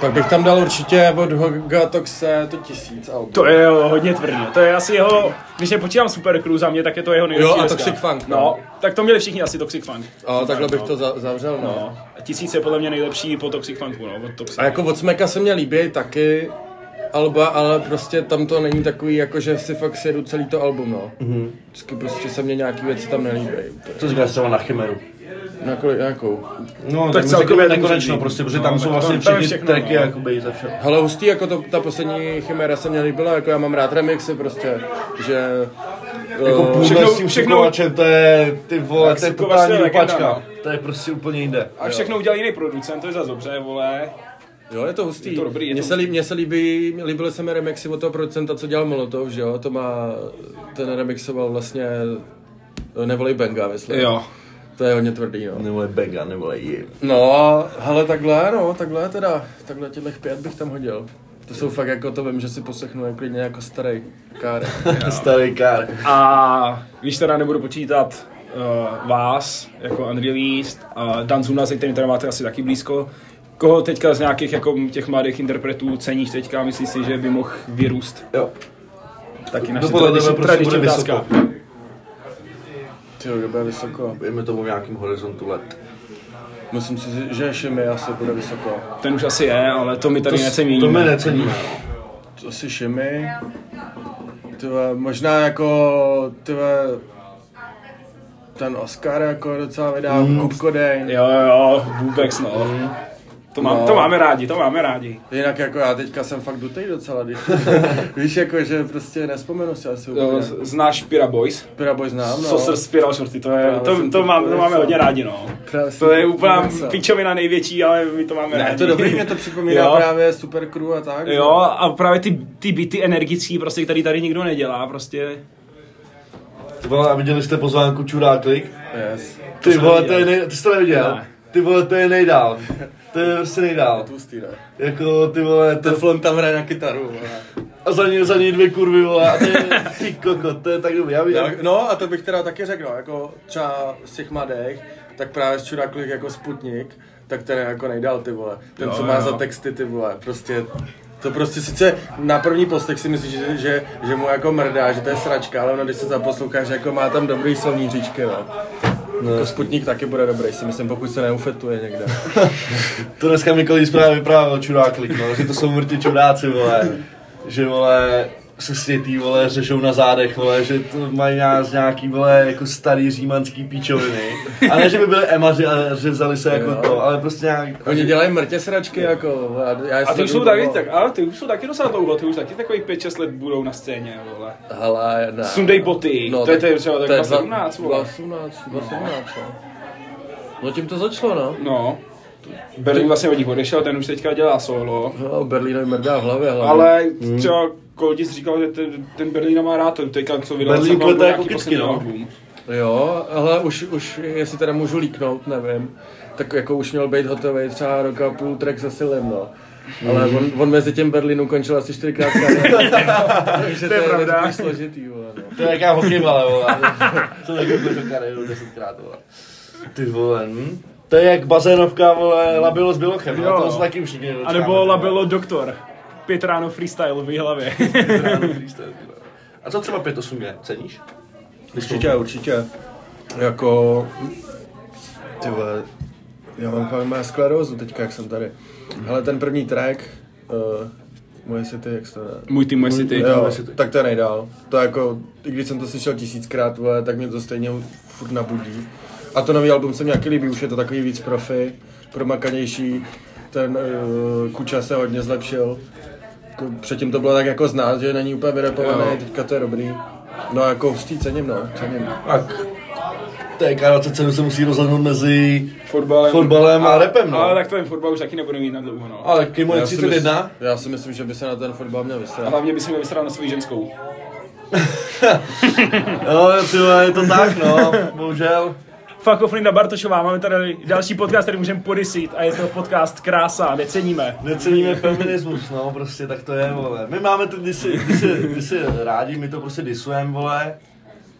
[SPEAKER 3] Pak bych tam dal určitě od Hogatoxe to tisíc aut.
[SPEAKER 2] To je jo, hodně tvrdý. To je asi jeho, když nepočítám Super Crew za mě, tak je to jeho nejlepší
[SPEAKER 3] Jo, a
[SPEAKER 2] deska.
[SPEAKER 3] Toxic Funk, no.
[SPEAKER 2] No. tak to měli všichni asi Toxic Funk.
[SPEAKER 3] A takhle bych to za- zavřel, no.
[SPEAKER 2] No. A Tisíc je podle mě nejlepší po Toxic Funku, no, od Toxic.
[SPEAKER 3] A jako od Smeka se mě líbí taky alba, ale prostě tam to není takový, jako že si fakt sjedu celý to album, no.
[SPEAKER 1] Mhm.
[SPEAKER 3] Mm-hmm. Vždycky prostě se mě nějaký věci tam nelíbí. Jako,
[SPEAKER 1] Co říkáš třeba na Chimeru?
[SPEAKER 3] Na kolik, nějakou.
[SPEAKER 1] No, tak,
[SPEAKER 2] tak
[SPEAKER 1] tak
[SPEAKER 2] celkově
[SPEAKER 1] celkově
[SPEAKER 2] to může
[SPEAKER 1] nekonečno
[SPEAKER 2] být.
[SPEAKER 1] prostě, protože
[SPEAKER 2] No,
[SPEAKER 1] tam
[SPEAKER 2] tak
[SPEAKER 1] jsou
[SPEAKER 2] to-
[SPEAKER 1] vlastně
[SPEAKER 2] tam je
[SPEAKER 1] všechny
[SPEAKER 2] všechno,
[SPEAKER 1] tracky,
[SPEAKER 2] no.
[SPEAKER 1] jakoby, za vše.
[SPEAKER 3] Hele, hustý, jako to, ta poslední chimera se mě líbila, jako já mám rád remixy prostě, že...
[SPEAKER 1] Jako
[SPEAKER 3] eh,
[SPEAKER 1] půl
[SPEAKER 2] všechno-
[SPEAKER 1] s tím
[SPEAKER 2] všechno-
[SPEAKER 1] všechno, to je, ty vole, to je
[SPEAKER 2] Sukovač
[SPEAKER 1] totální
[SPEAKER 2] to je legenda,
[SPEAKER 1] lupačka. To je prostě úplně jinde.
[SPEAKER 2] A všechno udělal jiný producent, to je zase dobře, vole.
[SPEAKER 3] Jo, je to hustý.
[SPEAKER 2] Je to dobrý, je
[SPEAKER 3] Mně
[SPEAKER 2] to
[SPEAKER 3] se,
[SPEAKER 2] hustý.
[SPEAKER 3] líb, mně se líbí, líbily se mi remixy od toho producenta, co dělal Molotov, že jo, to má, ten remixoval vlastně eh, Nevolej Benga, myslím. To je hodně tvrdý, no.
[SPEAKER 1] Nebo je Bega, nebo je Jim.
[SPEAKER 3] No, hele, takhle, no, takhle teda, takhle těch pět bych tam hodil. To jsou fakt jako, to vím, že si poslechnu jako klidně jako starý
[SPEAKER 2] *laughs*
[SPEAKER 3] kár.
[SPEAKER 1] Starý kár.
[SPEAKER 2] A když teda nebudu počítat uh, vás, jako Unreleased, a Dan Zuna, se kterým teda máte asi taky blízko, koho teďka z nějakých jako těch mladých interpretů ceníš teďka, myslíš si, že by mohl vyrůst?
[SPEAKER 1] Jo.
[SPEAKER 2] Taky
[SPEAKER 1] Kdo
[SPEAKER 2] naše
[SPEAKER 1] podle
[SPEAKER 2] tradiční,
[SPEAKER 1] tebe prostě bude
[SPEAKER 2] tradiční otázka.
[SPEAKER 1] vysoko?
[SPEAKER 3] Ty jo, kdo bude vysoko.
[SPEAKER 1] Dejme tomu v nějakém horizontu let.
[SPEAKER 3] Myslím si, že Šimi asi bude vysoko.
[SPEAKER 2] Ten už asi je, ale to my tady
[SPEAKER 1] s-
[SPEAKER 2] neceníme.
[SPEAKER 1] To my neceníme.
[SPEAKER 3] To asi Šimi. Ty vole, možná jako, ty vole, ten Oscar jako docela vydá mm. Kupko Dejn.
[SPEAKER 2] Hmm. Jo, jo, vůbec no.
[SPEAKER 1] Mm.
[SPEAKER 2] To, má,
[SPEAKER 3] No.
[SPEAKER 2] to máme rádi, to máme rádi.
[SPEAKER 3] Jinak jako já teďka jsem fakt dutej
[SPEAKER 2] *laughs*
[SPEAKER 3] docela, když, víš, jako, že prostě nespomenu si asi
[SPEAKER 2] Jo,
[SPEAKER 3] úplně.
[SPEAKER 2] z- Znáš Pira Boys?
[SPEAKER 3] Piraboj znám,
[SPEAKER 2] No.
[SPEAKER 3] no.
[SPEAKER 2] Saucer Spiral Shorty, to, je,
[SPEAKER 3] Právě
[SPEAKER 2] to,
[SPEAKER 3] jsem
[SPEAKER 2] to,
[SPEAKER 3] to
[SPEAKER 2] mám, to
[SPEAKER 3] pověděl.
[SPEAKER 2] máme hodně rádi, no.
[SPEAKER 3] Právě
[SPEAKER 2] To je
[SPEAKER 3] jsem-
[SPEAKER 2] úplná
[SPEAKER 3] jsem-
[SPEAKER 2] pičovina největší, ale my to máme rádi.
[SPEAKER 3] Ne, to dobrý, mě to připomíná
[SPEAKER 2] Jo.
[SPEAKER 3] jo. právě Super Crew a tak.
[SPEAKER 2] Jo, a právě ty, ty byty energický, prostě, který tady nikdo nedělá, prostě.
[SPEAKER 1] Ty vole, a viděli jste pozvánku Čuráklik?
[SPEAKER 3] no. Yes.
[SPEAKER 1] Ty
[SPEAKER 2] jsem
[SPEAKER 1] vole, to
[SPEAKER 2] neviděl.
[SPEAKER 1] je nej... Ty jsi to neviděl?
[SPEAKER 2] Ne.
[SPEAKER 1] Ty vole, to je nejdál. To je prostě nejdál.
[SPEAKER 3] Tlustý, ne?
[SPEAKER 1] Jako ty vole, to...
[SPEAKER 3] Teflon tam hraje na kytaru. vole.
[SPEAKER 1] A za ně, za ně dvě kurvy vole, a to je, ty koko, to je tak dobrý. Já, já,
[SPEAKER 3] Tak, No a to bych teda taky řekl, no, jako třeba z těch mladých, tak právě z Čuraklik jako Sputnik, tak ten je jako nejdál ty vole. Ten,
[SPEAKER 2] Jo,
[SPEAKER 3] co má
[SPEAKER 2] jo.
[SPEAKER 3] za texty ty vole, prostě to prostě sice na první postech si myslíš, že, že, že mu jako mrdá, že to je sračka, ale ono když se zaposloucháš, jako má tam dobrý slovní říčky, no. No. Jako Sputnik taky bude dobrý, si myslím, pokud se neufetuje někde.
[SPEAKER 1] To dneska mi kolí zprávě vyprávěl čuráklik, no, že to jsou mrtě čuráci, vole. Že vole, se světý, vole, řežou na zádech, vole, že to mají nás nějaký, vole, jako starý římanský píčoviny. A ne, že by byli emaři a řezali se jako
[SPEAKER 3] Jo.
[SPEAKER 1] to, ale prostě nějak...
[SPEAKER 3] Oni dělají mrtě sračky, jako. A, já no.
[SPEAKER 2] A ty už
[SPEAKER 3] sleduju
[SPEAKER 2] jsou taky,
[SPEAKER 3] toho.
[SPEAKER 2] tak, ale ty už jsou taky docela dlouho, ty už taky takových 5-6 let budou na scéně, vole.
[SPEAKER 3] Hele, ne.
[SPEAKER 2] Sundej boty, to je
[SPEAKER 3] No, tak-
[SPEAKER 2] to je třeba tak
[SPEAKER 3] to je vlastně-
[SPEAKER 2] 2017,
[SPEAKER 3] dva-
[SPEAKER 2] vole.
[SPEAKER 3] 2017, 2017, no. No tím to začalo, no.
[SPEAKER 2] No. Berlín vlastně od nich odešel, ten už teďka dělá solo.
[SPEAKER 3] No, Berlín mrdá v hlavě, hlavně.
[SPEAKER 2] Ale třeba Koldis říkal, že ten, ten Berlína má rád, to teďka co vydal
[SPEAKER 1] Berlín
[SPEAKER 2] sám,
[SPEAKER 1] kvete
[SPEAKER 2] byl
[SPEAKER 1] jako
[SPEAKER 2] nějaký
[SPEAKER 1] kytky, no.
[SPEAKER 2] poslední album.
[SPEAKER 3] Jo, ale už, už, jestli teda můžu líknout, nevím, tak jako už měl být hotový třeba rok a půl track za silem, no. Ale
[SPEAKER 2] Mhm.
[SPEAKER 3] on, on mezi tím Berlín ukončil asi čtyřikrát
[SPEAKER 2] *laughs*
[SPEAKER 3] kariéru. Takže to je, to je
[SPEAKER 2] pravda.
[SPEAKER 3] takový složitý, vole, no.
[SPEAKER 1] To je jaká hokejbala,
[SPEAKER 2] *laughs*
[SPEAKER 1] vole. To je jako to kariéru desetkrát, vole. Ty vole, hm? To je jak bazénovka, vole, labilo s bilochem,
[SPEAKER 2] Jo.
[SPEAKER 1] no, to se taky už nikdy nedočkáme,
[SPEAKER 2] A nebo
[SPEAKER 1] ty vole.
[SPEAKER 2] labelo doktor. Pět ráno freestyle v hlavě. *laughs*
[SPEAKER 1] Ráno freestyle, ty vole. A co třeba 5-8G, ceníš?
[SPEAKER 3] Určitě, určitě. Jako... Ty vole, já mám pak má sklerózu teďka, jak jsem tady. Ale ten první track, uh, moje city, jak se to jmenuje?
[SPEAKER 2] Můj tým, moje city.
[SPEAKER 3] Jo,
[SPEAKER 1] moje city.
[SPEAKER 3] tak to je nejdál. To je jako, i když jsem to slyšel tisíckrát, vole, tak mě to stejně furt nabudí. A to nový album se mi taky líbí, už je to takový víc profi, promakanější. Ten uh, Kuča se hodně zlepšil. Jako Předtím to bylo tak jako znát, že není úplně vyrepovaný,
[SPEAKER 2] Jo.
[SPEAKER 3] teďka to je dobrý. No jako s tím cením, no, cením.
[SPEAKER 1] Tak. TK27 se musí rozhodnout mezi...
[SPEAKER 2] Fotbalem,
[SPEAKER 1] Fotbalem a repem, no.
[SPEAKER 2] Ale tak ten fotbal už taky nebude mít na dlouho, no.
[SPEAKER 1] Ale k němu je
[SPEAKER 3] Já si, mysl,
[SPEAKER 1] 31.
[SPEAKER 3] já si myslím, že by se na ten fotbal měl
[SPEAKER 2] A
[SPEAKER 3] vysrat.
[SPEAKER 2] hlavně by si měl vysrat na svou ženskou.
[SPEAKER 1] Jo, ty vole, je to tak, no, bohužel.
[SPEAKER 2] Fuck off Linda Bartošová, máme tady další podcast, který můžeme podysit a je to podcast Krása, neceníme.
[SPEAKER 1] Neceníme feminismus, no, prostě tak to je, vole. My máme ty disy, disy, disy rádi, my to prostě disujeme, vole.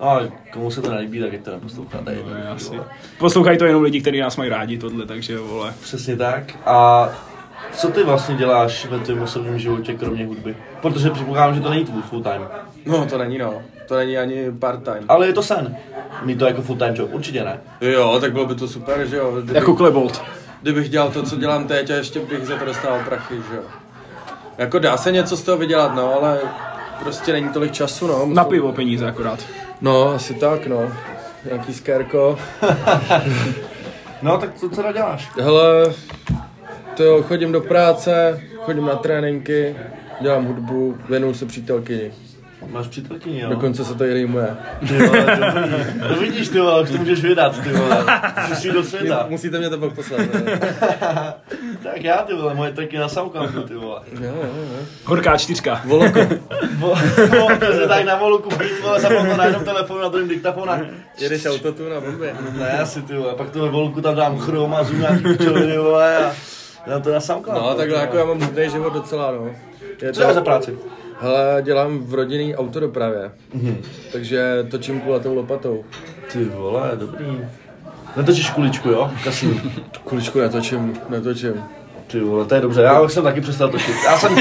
[SPEAKER 1] No, ale komu se to nelíbí, tak je to neposlouchá, to je jedno, vole.
[SPEAKER 2] Poslouchají to jenom lidi, kteří nás mají rádi tohle, takže vole.
[SPEAKER 1] Přesně tak. A co ty vlastně děláš ve tvém osobním životě, kromě hudby? Protože předpokládám, že to není tvůj full time.
[SPEAKER 3] No to není no, to není ani part-time.
[SPEAKER 1] Ale je to sen. Mít to jako full time job, určitě ne.
[SPEAKER 3] Jo, tak bylo by to super, že jo. Kdyby-
[SPEAKER 2] Jako klebolt.
[SPEAKER 3] kdybych dělal to, co dělám teď a ještě bych za to dostal prachy, že jo. Jako dá se něco z toho vydělat, no, ale prostě není tolik času, no.
[SPEAKER 2] Na
[SPEAKER 3] Musím-
[SPEAKER 2] pivo peníze akorát.
[SPEAKER 3] No, asi tak, no. Nějaký skérko.
[SPEAKER 1] No, tak co teda děláš?
[SPEAKER 3] Hele, to jo, chodím do práce, chodím na tréninky, dělám hudbu, věnuju se přítelkyni.
[SPEAKER 1] Máš přítelkyni, jo?
[SPEAKER 3] Dokonce se to i rýmuje.
[SPEAKER 1] Ty vole, dobrý. To vidíš, ty vole, už to můžeš vydat, ty vole. Musí do světa.
[SPEAKER 3] Musíte mě to pak poslat.
[SPEAKER 1] Tak já, ty vole, moje taky na saukám, ty vole.
[SPEAKER 2] Horká čtyřka.
[SPEAKER 3] Voloko.
[SPEAKER 1] Bo, bo, se tak na volu koupit, vole, zapomněl na jednom telefonu, na druhém diktafonu. a-
[SPEAKER 3] Jedeš autotu na bombě.
[SPEAKER 1] Ne, asi, ty vole, pak to ve volku tam dám chrom a zům nějaký pičoviny, vole, a dám to na SoundCloud.
[SPEAKER 3] No,
[SPEAKER 1] vole,
[SPEAKER 3] takhle
[SPEAKER 1] ty
[SPEAKER 3] jako
[SPEAKER 1] vole.
[SPEAKER 3] já mám hudný život docela, no. Je
[SPEAKER 1] Co je za práci?
[SPEAKER 3] Hele, dělám v rodinný autodopravě, takže točím kulatou lopatou.
[SPEAKER 1] Ty vole, dobrý. Netočíš kuličku, jo? Kasím.
[SPEAKER 3] Kuličku netočím, netočím.
[SPEAKER 1] Ty vole, to je dobře, já už jsem taky přestal točit. Já jsem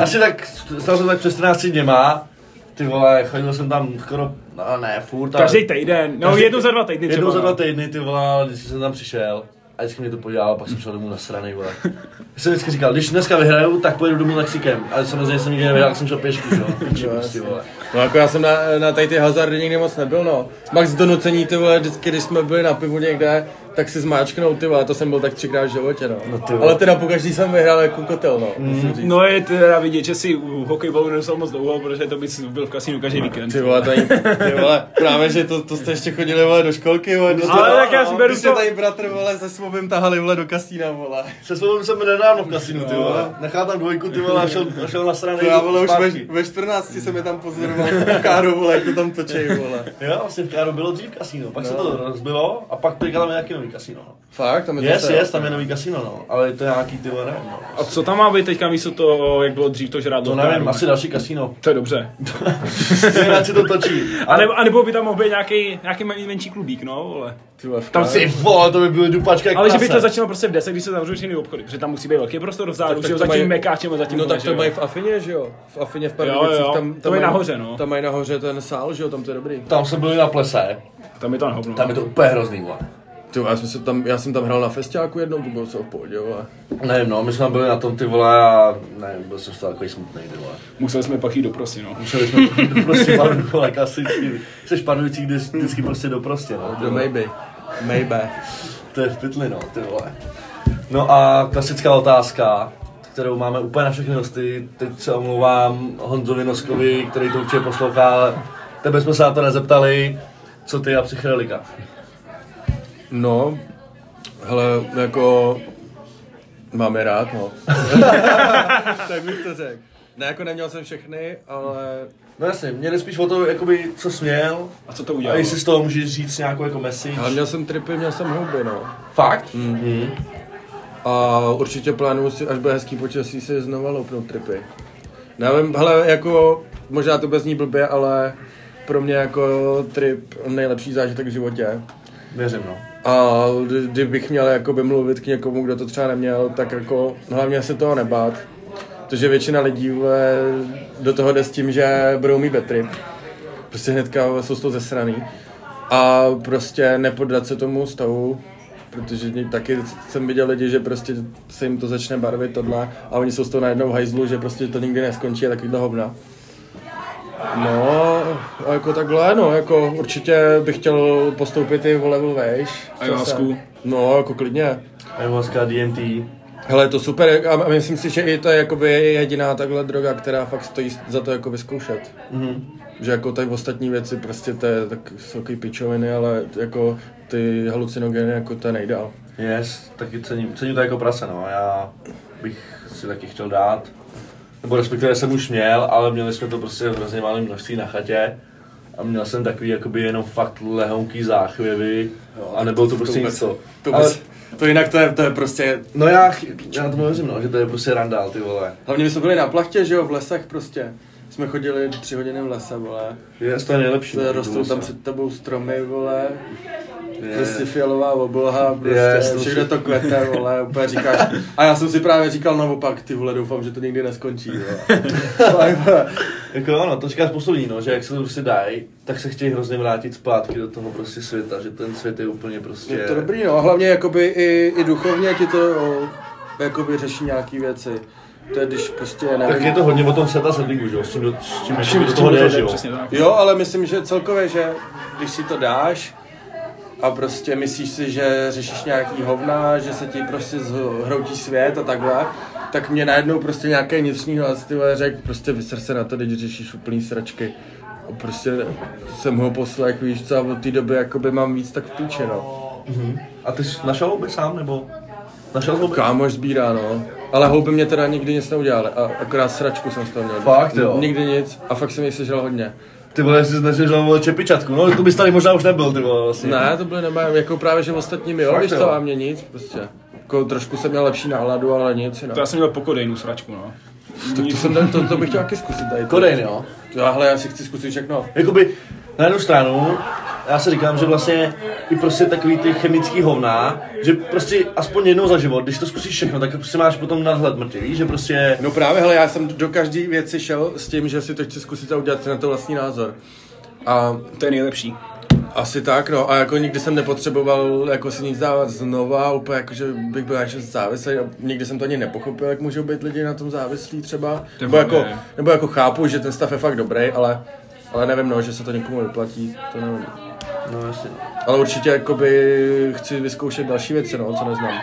[SPEAKER 1] asi tak, stal jsem tak před 14 dněma. Ty vole, chodil jsem tam skoro, no ne, furt. ale-
[SPEAKER 2] Každý týden, no
[SPEAKER 1] Každý-
[SPEAKER 2] jednou za dva týdny třeba.
[SPEAKER 1] Jednou za dva
[SPEAKER 2] no.
[SPEAKER 1] týdny, ty vole, když jsem tam přišel. A vždycky mě to podělalo, pak jsem šel domů na straně, vole. Já jsem vždycky říkal, když dneska vyhraju, tak pojedu domů taxikem. Ale samozřejmě jsem nikdy nevyhrál, tak jsem šel pěšky, že jo. Piči, prostě, vole.
[SPEAKER 3] No jako já jsem na, na tady ty hazardy nikdy moc nebyl, no. Max donucení, ty vole, vždycky, když jsme byli na pivu někde, tak si zmáčknou, ty vole, to jsem byl tak třikrát v životě, no.
[SPEAKER 1] No, ty vole.
[SPEAKER 3] Ale teda pokaždý jsem vyhrál jako kotel, no, musím říct.
[SPEAKER 2] No je teda vidět, že si u hokejbalu nedostal moc dlouho, protože to bys byl v kasínu každý víkend.
[SPEAKER 3] Ty vole, tady, ty vole, právě, že to, to jste ještě chodili, vole, do školky, vole, do
[SPEAKER 2] Ale tak já si
[SPEAKER 3] no,
[SPEAKER 2] beru
[SPEAKER 3] když jste
[SPEAKER 2] to-
[SPEAKER 3] tady bratr, vole, se svobem tahali, vole, do kasína, vole.
[SPEAKER 1] Se svobodem jsem nedávno v kasinu, ty vole. Nechal tam dvojku, ty vole, a šel, a šel na straně.
[SPEAKER 3] To já, vole, už ve, ve 14 jsem je tam pozoroval, káru, vole, jak to tam točej, vole.
[SPEAKER 1] Jo, vlastně v Káru bylo dřív kasino, pak se to rozbilo a pak teďka tam je nějaký nový kasino. no.
[SPEAKER 3] Fakt, tam je
[SPEAKER 1] Yes,
[SPEAKER 3] zase,
[SPEAKER 1] yes, tam je nový kasino, no, ale to je nějaký ty vole, nevím, no.
[SPEAKER 2] A co tam má být teďka místo toho, jak bylo dřív to žrádlo?
[SPEAKER 1] To
[SPEAKER 2] v
[SPEAKER 1] nevím,
[SPEAKER 2] Káru?
[SPEAKER 1] asi další kasino. *laughs*
[SPEAKER 2] To je dobře.
[SPEAKER 1] Jinak si to točí.
[SPEAKER 2] A, nebo, a nebo by tam mohl být nějaký, nějaký men- menší klubík, no, vole.
[SPEAKER 3] Ty vole, v
[SPEAKER 2] Tam
[SPEAKER 3] káru.
[SPEAKER 1] Ty vole, to by bylo dupačka jak
[SPEAKER 2] Ale že by
[SPEAKER 1] prase.
[SPEAKER 2] to začalo prostě v 10, když se zavřou všechny obchody, protože tam musí být velký prostor vzadu,
[SPEAKER 3] Tak-
[SPEAKER 2] že
[SPEAKER 3] tak
[SPEAKER 2] jo,
[SPEAKER 3] to
[SPEAKER 2] za tím
[SPEAKER 3] mají-
[SPEAKER 2] mekáčem a za tím
[SPEAKER 3] No tak
[SPEAKER 2] že jo.
[SPEAKER 3] to mají v Afině, že jo? V Afině v
[SPEAKER 2] Jo, jo,
[SPEAKER 3] Pardubicích, tam,
[SPEAKER 2] to
[SPEAKER 3] tam
[SPEAKER 2] je nahoře, no.
[SPEAKER 3] Tam mají nahoře ten sál, že jo, tam to je dobrý.
[SPEAKER 1] Tam jsme byli na plese,
[SPEAKER 2] Tam je to na hovno.
[SPEAKER 1] tam je to úplně hrozný, vole.
[SPEAKER 3] Ty, vole, já, jsem se tam, já jsem tam hrál na festiáku jednou, to bylo co v pohodě, vole.
[SPEAKER 1] Nevím, no, my jsme byli na tom ty vole a nevím, byl jsem z toho takový smutný ty vole.
[SPEAKER 2] Museli jsme pak jít do prosy, no.
[SPEAKER 1] Museli jsme *laughs* prostě panu, vole, klasicky. Jsi panující vždy- vždycky prostě do prostě, no. ty
[SPEAKER 3] No,
[SPEAKER 1] vole.
[SPEAKER 3] maybe. Maybe.
[SPEAKER 1] To je v pytli, no, ty vole. No a klasická otázka, kterou máme úplně na všechny hosty. Teď se omlouvám Honzovi Noskovi, který to určitě poslouchá, ale tebe jsme se na to nezeptali. Co ty a psychedelika?
[SPEAKER 3] No, hele, jako máme rád, no. tak bych to řekl. Ne, jako neměl jsem všechny, ale
[SPEAKER 1] No jasně, mě jde spíš o to, jakoby, co směl.
[SPEAKER 2] A co to
[SPEAKER 1] A
[SPEAKER 2] udělalo?
[SPEAKER 1] jestli z toho můžeš říct nějakou jako message.
[SPEAKER 3] ale měl jsem tripy, měl jsem houby, no.
[SPEAKER 1] Fakt?
[SPEAKER 3] A určitě plánuju si, až bude hezký počasí, si znova loupnout tripy. Nevím, hele, jako, možná to bez ní blbě, ale pro mě jako trip nejlepší zážitek v životě.
[SPEAKER 1] Věřím, no.
[SPEAKER 3] A kdy- kdybych měl jakoby mluvit k někomu, kdo to třeba neměl, tak jako hlavně se toho nebát. Protože většina lidí vole, do toho jde s tím, že budou mít betrip. Prostě hnedka jsou z toho zesraný. A prostě nepoddat se tomu stavu, protože ně- taky jsem viděl lidi, že prostě se jim to začne barvit tohle a oni jsou z toho najednou v hajzlu, že prostě to nikdy neskončí a takovýhle hovna. No, a jako takhle, no, jako určitě bych chtěl postoupit i o level vejš.
[SPEAKER 2] Ayahuasku.
[SPEAKER 3] No, jako klidně.
[SPEAKER 1] Ayahuasca, DMT.
[SPEAKER 3] Hele, je to super a a myslím si, že i to je jakoby jediná takhle droga, která fakt stojí za to jako vyzkoušet.
[SPEAKER 1] Mhm.
[SPEAKER 3] Že jako ty ostatní věci prostě to je tak velký pičoviny, ale jako ty halucinogeny jako to je nejdál.
[SPEAKER 1] Yes, taky cením, cením to jako prase, no. Já bych si taky chtěl dát. Nebo respektive jsem už měl, ale měli jsme to prostě v hrozně malém množství na chatě. A měl jsem takový jakoby jenom fakt lehonký záchvěvy. a nebylo to prostě nic to.
[SPEAKER 3] To,
[SPEAKER 1] Ale-
[SPEAKER 3] vůbec- to jinak to je, to je prostě,
[SPEAKER 1] No já, ch- já na to věřím, no, že to je prostě randál, ty vole.
[SPEAKER 3] hlavně my jsme byli na plachtě, že jo, v lesech prostě. Jsme chodili tři hodiny v lese, vole.
[SPEAKER 1] Yes, to je nejlepší.
[SPEAKER 3] To
[SPEAKER 1] no,
[SPEAKER 3] Rostou
[SPEAKER 1] vole.
[SPEAKER 3] tam před tebou stromy, vole.
[SPEAKER 1] Je. *laughs*
[SPEAKER 3] Prostě fialová obloha, prostě
[SPEAKER 1] Yes, to
[SPEAKER 3] všechno
[SPEAKER 1] si-
[SPEAKER 3] to kvete, vole, úplně říkáš. A já jsem si právě říkal naopak, ty vole, doufám, že to nikdy neskončí, vole. Fakt, vole.
[SPEAKER 1] Jako ano, to říkáš spoustu lidí, no, že jak se to prostě dají, tak se chtějí hrozně vrátit zpátky do toho prostě světa, že ten svět je úplně prostě...
[SPEAKER 3] Je to dobrý, no. A hlavně jakoby i, i duchovně ti to o, jakoby řeší nějaký věci. To je když prostě, nevím.
[SPEAKER 1] Tak je to hodně o tom seta settingu, že jo, s tím, do, s tím, s tím do
[SPEAKER 2] S tím
[SPEAKER 1] toho
[SPEAKER 2] to
[SPEAKER 1] jde,
[SPEAKER 2] jde,
[SPEAKER 1] že jo.
[SPEAKER 2] Přesně tak.
[SPEAKER 3] Jo, ale myslím, že celkově, že když si to dáš a prostě myslíš si, že řešíš nějaký hovna, že se ti prostě zhroutí svět a takhle, tak mě najednou prostě nějaký vnitřní hlas ty vole, řekl, prostě vyser se na to, když řešíš úplný sračky. A prostě jsem ho poslech, víš co, a od té doby jakoby mám víc tak v píče, no.
[SPEAKER 1] A ty jsi našel houby sám, nebo? Našel houby?
[SPEAKER 3] Kámoš sbírá, no. Ale houby mě teda nikdy nic neudělali, a akorát sračku jsem z toho měl.
[SPEAKER 1] Fakt, jo?
[SPEAKER 3] Nikdy nic, a fakt jsem jich sežral hodně.
[SPEAKER 1] Ty vole, jsi našel vole, čepičatku, no to bys tady možná už nebyl, ty vole, vlastně.
[SPEAKER 3] Ne, to byly nemám, jako právě, že ostatním jo,
[SPEAKER 1] Fakt
[SPEAKER 3] víš
[SPEAKER 1] jo.
[SPEAKER 3] co, a mě nic, prostě. Jako trošku jsem měl lepší náladu, ale nic, no.
[SPEAKER 2] To já jsem měl po kodejnu sračku, no.
[SPEAKER 3] To, to, jsem, to, to bych chtěl taky zkusit tady.
[SPEAKER 1] Kodejn, jo.
[SPEAKER 3] Já, hele, já si chci zkusit všechno.
[SPEAKER 1] Jakoby, na jednu stranu, já si říkám, že vlastně i prostě takový ty chemický hovna, že prostě aspoň jednou za život, když to zkusíš všechno, tak prostě máš potom nadhled mrtvý, víš, že prostě...
[SPEAKER 3] No právě, hele, já jsem do každé věci šel s tím, že si to chci zkusit a udělat si na to vlastní názor. A
[SPEAKER 2] To je nejlepší.
[SPEAKER 3] asi tak, no, a jako nikdy jsem nepotřeboval jako si nic dávat znova, úplně jako, že bych byl až závislý, a nikdy jsem to ani nepochopil, jak můžou být lidi na tom závislí třeba, nebo jako,
[SPEAKER 2] blbě.
[SPEAKER 3] nebo jako chápu, že ten stav je fakt dobrý, ale, ale nevím, no, že se to někomu vyplatí, to nevím.
[SPEAKER 1] No jasně, no.
[SPEAKER 3] Ale určitě jakoby chci vyzkoušet další věci, no, co neznám.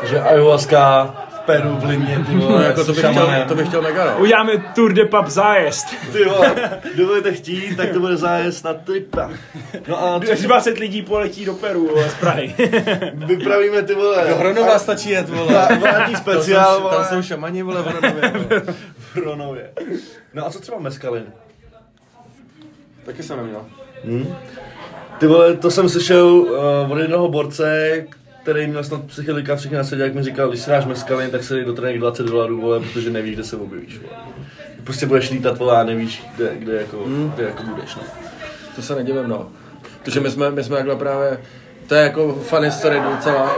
[SPEAKER 1] Takže ayahuasca v Peru, v Limě, ty vole, *laughs*
[SPEAKER 3] No, jako to bych, chtěl,
[SPEAKER 1] šamanem.
[SPEAKER 3] to bych chtěl mega, no.
[SPEAKER 2] Uděláme Tour de Pub zájezd.
[SPEAKER 1] Ty vole, kdo budete chtít, tak to bude zájezd na tripa. No a co-
[SPEAKER 2] 20 lidí poletí do Peru vole, z Prahy.
[SPEAKER 1] vypravíme ty vole.
[SPEAKER 3] Do Hronova stačí jet, vole.
[SPEAKER 1] Vá- Vládní
[SPEAKER 3] Tam
[SPEAKER 1] speciál,
[SPEAKER 3] jsou, tam
[SPEAKER 1] vole.
[SPEAKER 3] jsou šamani, vole, v Hronově,
[SPEAKER 1] *laughs*
[SPEAKER 3] vole.
[SPEAKER 1] v Hronově. No a co třeba meskalin?
[SPEAKER 3] Taky jsem neměl.
[SPEAKER 1] Ty vole, to jsem slyšel uh, od jednoho borce, který měl snad psychedelika všechny na sedě, jak mi říkal, když si dáš meskalin, tak se dej do trenek 20 dolarů, vole, protože nevíš, kde se objevíš, vole. Prostě budeš lítat, vole, a nevíš, kde, kde, jako, kde jako budeš, no.
[SPEAKER 3] To se nedivím, no. Protože my jsme, my jsme takhle právě, to je jako funny story docela.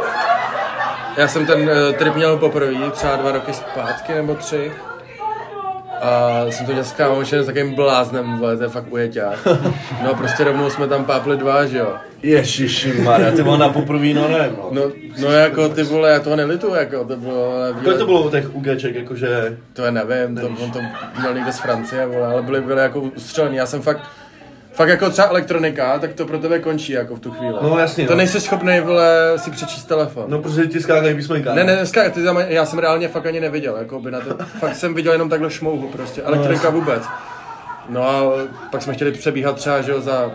[SPEAKER 3] Já jsem ten eh, trip měl poprvé, třeba dva roky zpátky nebo tři. A jsem to dělal s kámošem s takovým bláznem, vole, to je fakt ujeťák. No a prostě rovnou jsme tam pápli dva, že jo.
[SPEAKER 1] Ježiši Maria, ty byla na poprvé, no nevím, no.
[SPEAKER 3] No, no jako ty vole, já to nelituju, jako to bylo... ale
[SPEAKER 1] Kolik to bylo u těch UGček, jakože...
[SPEAKER 3] To je nevím, to, on to měl někde z Francie, vole, ale byly, byly jako ustřelený. Já jsem fakt, fakt jako třeba elektronika, tak to pro tebe končí jako v tu chvíli.
[SPEAKER 1] No, jasně,
[SPEAKER 3] To
[SPEAKER 1] no.
[SPEAKER 3] nejsi schopný, vole, si přečíst telefon.
[SPEAKER 1] No protože ti skákají písmenka.
[SPEAKER 3] Ne, ne, dneska, ty tam, já jsem reálně fakt ani neviděl, jako by na to, fakt jsem viděl jenom takhle šmouhu prostě, elektrika vůbec. No a pak jsme chtěli přebíhat třeba, že jo, za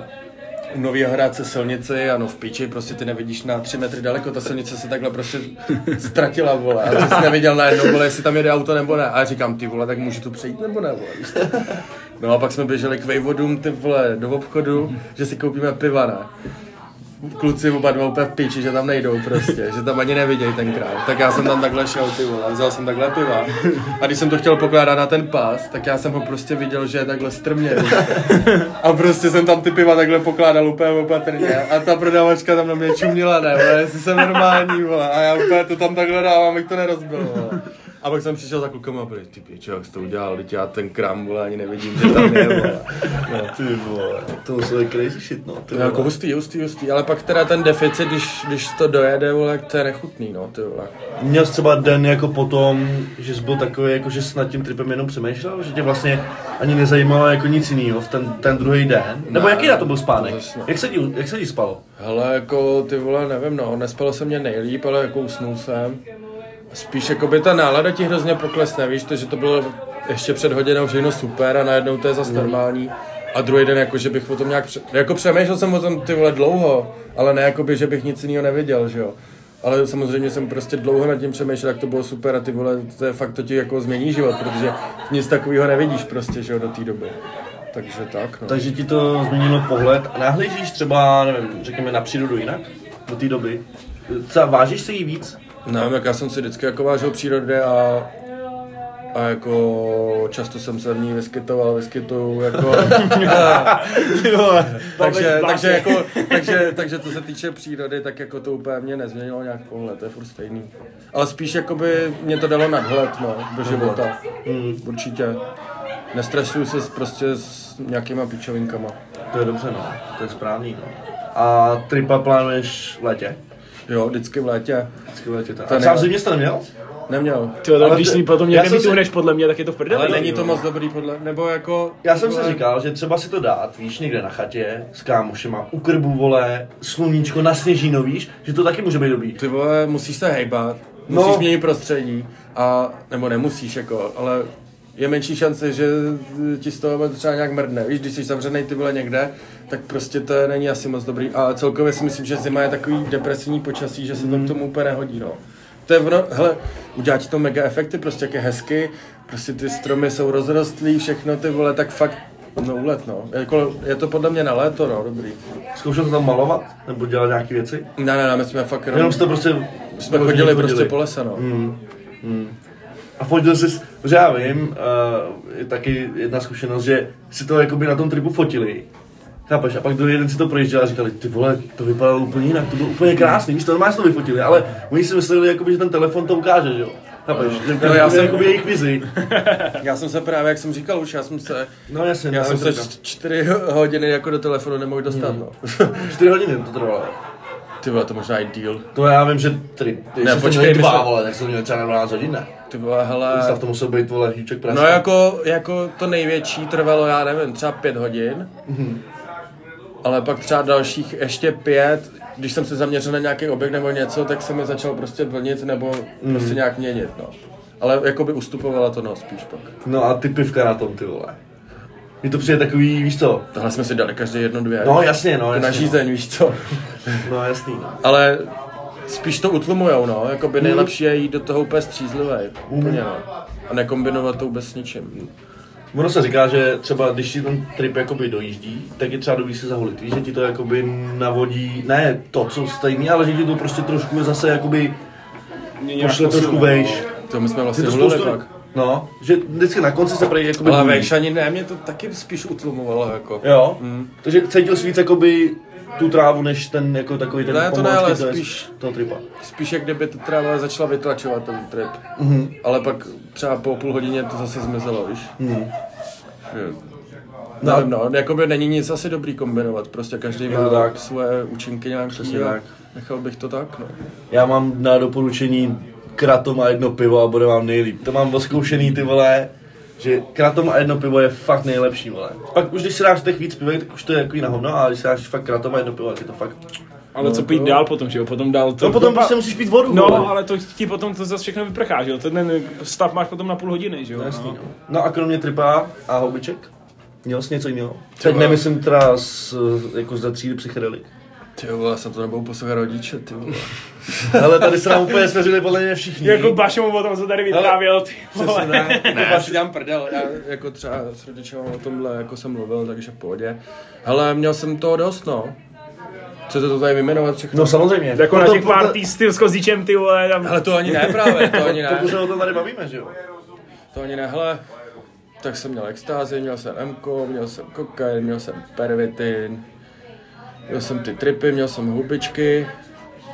[SPEAKER 3] nový hráce silnici, ano, v piči, prostě ty nevidíš na tři metry daleko, ta silnice se takhle prostě ztratila, vole, a ty jsi neviděl najednou, vole, jestli tam jede auto nebo ne, a já říkám, ty vole, tak můžu tu přejít nebo ne, vole, víš co? No a pak jsme běželi k vejvodům, ty vole, do obchodu, že si koupíme piva, ne? kluci oba dva úplně v piči, že tam nejdou prostě, že tam ani nevidějí tenkrát. Tak já jsem tam takhle šel, ty vole, vzal jsem takhle piva. A když jsem to chtěl pokládat na ten pás, tak já jsem ho prostě viděl, že je takhle strmě. A prostě jsem tam ty piva takhle pokládal úplně opatrně. A ta prodavačka tam na mě čuměla, ne, vole, jestli jsem normální, vole. A já úplně to tam takhle dávám, jak to nerozbilo, vole. A pak jsem přišel za klukama a byl, ty pičo, jak jsi to udělal, teď já ten kram, vole, ani nevidím, že tam je, vole.
[SPEAKER 1] ne. No, Ty vole, to muselo být crazy shit, no. Ty
[SPEAKER 3] To je jako
[SPEAKER 1] vole.
[SPEAKER 3] hustý, hustý, hustý, ale pak teda ten deficit, když, když to dojede, vole, to je nechutný, no, ty vole.
[SPEAKER 1] Měl jsi třeba den jako potom, že jsi byl takový, jako že jsi nad tím tripem jenom přemýšlel, že tě vlastně ani nezajímalo jako nic jiného v ten, ten druhý den? Nebo
[SPEAKER 3] Ne,
[SPEAKER 1] jaký na to byl spánek?
[SPEAKER 3] to zase ne.
[SPEAKER 1] jak, se ti, jak se ti spalo?
[SPEAKER 3] Hele, jako, ty vole, nevím, no, nespalo se mě nejlíp, ale jako usnul jsem. Spíš, jako by ta nálada ti hrozně poklesne, víš, to, že to bylo ještě před hodinou všechno super a najednou to je zase normální. A druhý den, jako, že bych o tom nějak, pře- jako přemýšlel jsem o tom, ty vole, dlouho, ale ne, jako by, že bych nic jiného neviděl, že jo. Ale samozřejmě jsem prostě dlouho nad tím přemýšlel, jak to bylo super a ty vole, to je fakt, to ti jako změní život, protože nic takového nevidíš prostě, že jo, do té doby. Takže tak, no.
[SPEAKER 1] Takže ti to změnilo pohled a nahlížíš třeba, nevím, řekněme na přírodu jinak do té doby? Třeba vážíš si jí víc?
[SPEAKER 3] Nevím, jak No, já jsem si vždycky jako vážil přírody a, a jako často jsem se v ní vyskytoval,
[SPEAKER 1] *laughs*
[SPEAKER 3] vyskytuju jako...
[SPEAKER 1] Ty vole.
[SPEAKER 3] takže,
[SPEAKER 2] Pavel
[SPEAKER 3] takže, jako, takže, takže co se týče přírody, tak jako to úplně mě nezměnilo nějak pohled, to je furt stejný. Ale spíš jakoby mě to dalo nadhled, no, do života. Hmm, Určitě. Nestresuju se s- prostě s nějakýma pičovinkama.
[SPEAKER 1] To je dobře, no. To je správný, no. A tripa plánuješ v létě?
[SPEAKER 3] Jo, vždycky v létě.
[SPEAKER 1] Vždycky v létě, tak.
[SPEAKER 3] To
[SPEAKER 1] A třeba v
[SPEAKER 3] ne-
[SPEAKER 1] zimě jste neměl?
[SPEAKER 3] Neměl.
[SPEAKER 2] Ty vole,
[SPEAKER 1] Ale
[SPEAKER 2] když
[SPEAKER 1] ty-
[SPEAKER 2] si potom
[SPEAKER 1] já
[SPEAKER 2] někde
[SPEAKER 1] jsem si-
[SPEAKER 2] vytuhneš podle mě, tak je to v prdeli.
[SPEAKER 3] Ale není to moc dobrý podle, nebo jako...
[SPEAKER 1] Já jsem si
[SPEAKER 3] vole,
[SPEAKER 1] říkal, že třeba si to dát, víš, někde na chatě, s kámošema, u krbu, vole, sluníčko, na sněžíno, víš, že to taky může být dobrý.
[SPEAKER 3] Ty vole, musíš se hejbat,
[SPEAKER 1] No.
[SPEAKER 3] musíš měnit prostředí, a, nebo nemusíš jako, ale je menší šance, že ti z toho třeba nějak mrdne. Víš, když jsi zavřený ty vole někde, tak prostě to není asi moc dobrý. A celkově si myslím, že zima je takový depresivní počasí, že se
[SPEAKER 1] Mm.
[SPEAKER 3] to k tomu úplně nehodí. No. To je ono, hele, udělá ti to mega efekty, prostě jak je hezky, prostě ty stromy jsou rozrostlý, všechno ty vole, tak fakt no let, no. Jako, je to podle mě na léto, no, dobrý.
[SPEAKER 1] Zkoušel jsi tam malovat, nebo dělat nějaké věci?
[SPEAKER 3] Ne, ne, ne, my jsme fakt
[SPEAKER 1] Jenom jste Mm. prostě...
[SPEAKER 3] jsme chodili prostě po lese, no.
[SPEAKER 1] A fotil jsi, že já vím, uh, je taky jedna zkušenost, že si to jakoby na tom tripu fotili. Chápeš? A pak druhý den si to projížděl a říkali, ty vole, to vypadalo úplně jinak, to bylo úplně krásný, víš, to normálně si to vyfotili, ale oni si mysleli, jakoby, že ten telefon to ukáže, že jo? Chápeš? Že
[SPEAKER 3] No,
[SPEAKER 1] ukáže
[SPEAKER 3] já
[SPEAKER 1] já jsem
[SPEAKER 3] jsem-
[SPEAKER 1] jakoby jejich vizi.
[SPEAKER 3] Já jsem se právě, jak jsem říkal už, já jsem se,
[SPEAKER 1] No jasně,
[SPEAKER 3] já
[SPEAKER 1] no,
[SPEAKER 3] jsem se
[SPEAKER 1] tak.
[SPEAKER 3] č- čtyři *laughs* hodiny jako do telefonu nemohl dostat,
[SPEAKER 1] Hmm.
[SPEAKER 3] no.
[SPEAKER 1] *laughs* Čtyři hodiny to trvalo.
[SPEAKER 3] Ty vole, to možná i díl.
[SPEAKER 1] To já vím, že trip. Ty,
[SPEAKER 3] Ne,
[SPEAKER 1] ne,
[SPEAKER 3] počkej,
[SPEAKER 1] počkej,
[SPEAKER 3] my
[SPEAKER 1] dva,
[SPEAKER 3] jsme-
[SPEAKER 1] vole, tak jsem měl třeba na 12 hodin, ne?
[SPEAKER 3] Ty vole, hele,
[SPEAKER 1] Stav to musel být, vole, hýček prasa.
[SPEAKER 3] no jako, jako to největší trvalo, já nevím, třeba pět hodin,
[SPEAKER 1] Mhm.
[SPEAKER 3] ale pak třeba dalších ještě pět, když jsem se zaměřil na nějaký objekt nebo něco, tak se mi začal prostě vlnit nebo
[SPEAKER 1] Mhm.
[SPEAKER 3] prostě nějak měnit, no. Ale jako by ustupovala to, no, spíš pak.
[SPEAKER 1] No a ty pivka na tom, ty vole. Mně to přijde takový, víš co?
[SPEAKER 3] Tohle jsme si dali každý jedno, dvě. Jako
[SPEAKER 1] No jasně, no
[SPEAKER 3] na
[SPEAKER 1] jasně.
[SPEAKER 3] žízeň, víš co.
[SPEAKER 1] No, no jasný, no.
[SPEAKER 3] Ale spíš to utlumujou, no.
[SPEAKER 1] Hmm.
[SPEAKER 3] Jakoby nejlepší je jít do toho úplně střízlivý. Úplně, no. A nekombinovat to vůbec s ničím.
[SPEAKER 1] Ono se říká, že třeba když ti ten trip jakoby dojíždí, tak je třeba dobrý si zaholit, víš, že ti to jakoby navodí, ne to, co stejný, ale že ti to prostě trošku zase jakoby pošle trošku vejš.
[SPEAKER 3] To my jsme
[SPEAKER 1] Ty
[SPEAKER 3] vlastně
[SPEAKER 1] to
[SPEAKER 3] hulili
[SPEAKER 1] spoustu,
[SPEAKER 3] pak.
[SPEAKER 1] no, že vždycky na konci se prý jakoby
[SPEAKER 3] Ale
[SPEAKER 1] bojí.
[SPEAKER 3] vejš ani ne, mě to taky spíš utlumovalo, jako.
[SPEAKER 1] Jo, takže cítil jsi víc jakoby tu trávu, než ten jako takový ten
[SPEAKER 3] Ne, to ne,
[SPEAKER 1] pomalečký
[SPEAKER 3] ale
[SPEAKER 1] trest
[SPEAKER 3] spíš-
[SPEAKER 1] toho tripa.
[SPEAKER 3] Spíš jak kdyby ta tráva začala vytlačovat ten trip.
[SPEAKER 1] Hmm.
[SPEAKER 3] Ale pak třeba po půl hodině to zase zmizelo, víš. Mm.
[SPEAKER 1] Hmm. No.
[SPEAKER 3] Nevím, no, jakoby není nic asi dobrý kombinovat, prostě každý
[SPEAKER 1] to
[SPEAKER 3] má
[SPEAKER 1] tak.
[SPEAKER 3] tak. svoje účinky nějaký
[SPEAKER 1] Přesně
[SPEAKER 3] a
[SPEAKER 1] tak.
[SPEAKER 3] nechal bych to tak, no.
[SPEAKER 1] Já mám na doporučení kratom a jedno pivo a bude vám nejlíp. To mám oskoušený ty vole, že kratom a jedno pivo je fakt nejlepší vole. Pak už když si dáš těch víc pivek, tak už to je jako na hovno, ale když si dáš fakt kratom a jedno pivo, tak je to fakt.
[SPEAKER 2] Ale co pít dál potom, že jo? Potom dál to...
[SPEAKER 1] No potom prostě musíš pít vodu. vole.
[SPEAKER 2] No, ale to ti potom to zase všechno vyprchá, že jo? Ten stav máš potom na půl hodiny, že jo?
[SPEAKER 1] Jasný,
[SPEAKER 2] No.
[SPEAKER 1] no. no a kromě tripa a houbiček? Měl jsi něco jiného? Teď
[SPEAKER 3] Třeba-
[SPEAKER 1] nemyslím teda z, jako za třídy psychedelik.
[SPEAKER 3] Ty vole, já jsem to nebudu poslouchat rodiče, ty vole.
[SPEAKER 1] Ale tady se nám úplně svěřili podle mě všichni.
[SPEAKER 2] Jako Bašo mu o tom, co tady vyprávěl, ty
[SPEAKER 1] Přesně
[SPEAKER 2] vole.
[SPEAKER 1] tak.
[SPEAKER 3] ne, já si dělám prdel, já jako třeba s rodičem o tomhle jako jsem mluvil, takže v pohodě. Hele, měl jsem toho dost, no. Chcete to tady vyjmenovat všechno?
[SPEAKER 1] No samozřejmě.
[SPEAKER 2] Jako na
[SPEAKER 1] Proto-
[SPEAKER 2] těch
[SPEAKER 1] proto-
[SPEAKER 2] pár týstů s kozíčem, ty vole, tam...
[SPEAKER 3] Ale to ani ne právě, to ani ne.
[SPEAKER 1] Pokud se o tom tady bavíme, že jo?
[SPEAKER 3] To ani ne, hele, tak jsem měl extázi, měl jsem Mko, měl jsem kokain, měl jsem pervitin, měl jsem ty tripy, měl jsem hubičky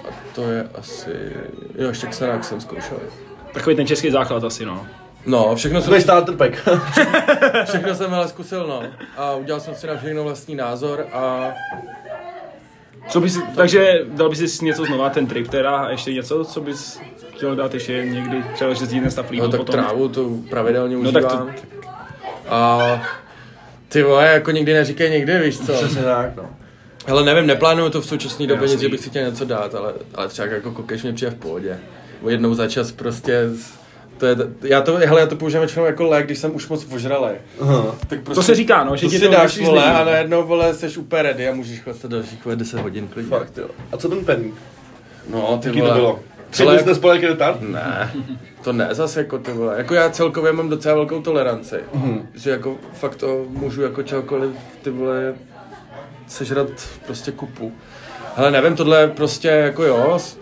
[SPEAKER 3] a to je asi, jo, ještě Xanax jsem zkoušel.
[SPEAKER 2] Takový ten český základ asi, no.
[SPEAKER 3] No,
[SPEAKER 1] *laughs*
[SPEAKER 3] všechno jsem,
[SPEAKER 1] Takový starterpack.
[SPEAKER 3] všechno jsem hele zkusil, no. A udělal jsem si na všechno vlastní názor a
[SPEAKER 2] Co bys, takže dal bys si něco znova, ten trip teda, a ještě něco, co bys chtěl dát ještě někdy, třeba že zjídne stav líbu
[SPEAKER 3] no, tak
[SPEAKER 2] potom.
[SPEAKER 3] trávu tu pravidelně
[SPEAKER 2] No tak to-
[SPEAKER 3] užívám. A ty vole, jako nikdy neříkej nikdy, víš co.
[SPEAKER 1] Přesně tak, no.
[SPEAKER 3] Hele, nevím, neplánuju to v současné době nic,
[SPEAKER 2] Jasný.
[SPEAKER 3] že bych si chtěl něco dát, ale, ale třeba jako kokeš mě přijde v pohodě. Jednou za čas prostě, z- to je, já to, hele, já to používám většinou jako lék, když jsem už moc ožralej.
[SPEAKER 1] Aha.
[SPEAKER 3] Tak prostě
[SPEAKER 2] To se říká, no, že
[SPEAKER 3] to
[SPEAKER 2] ti
[SPEAKER 3] si
[SPEAKER 2] to
[SPEAKER 3] dáš,
[SPEAKER 2] musíš
[SPEAKER 3] vole,
[SPEAKER 2] změnit.
[SPEAKER 3] a najednou, vole, jsi úplně ready a můžeš chodit dalších, vole, 10 hodin klidně.
[SPEAKER 1] Fakt jo. A co ten pen?
[SPEAKER 3] No, ty
[SPEAKER 1] Jaký
[SPEAKER 3] vole.
[SPEAKER 1] to bylo? Tři
[SPEAKER 3] Hele,
[SPEAKER 1] dny jste spali jaký retard?
[SPEAKER 3] Ne, to ne zase jako ty vole. Jako já celkově mám docela velkou toleranci. Mm. Že jako fakt to můžu jako čehokoliv ty vole sežrat prostě kupu. Hele nevím, tohle je prostě jako jo. s-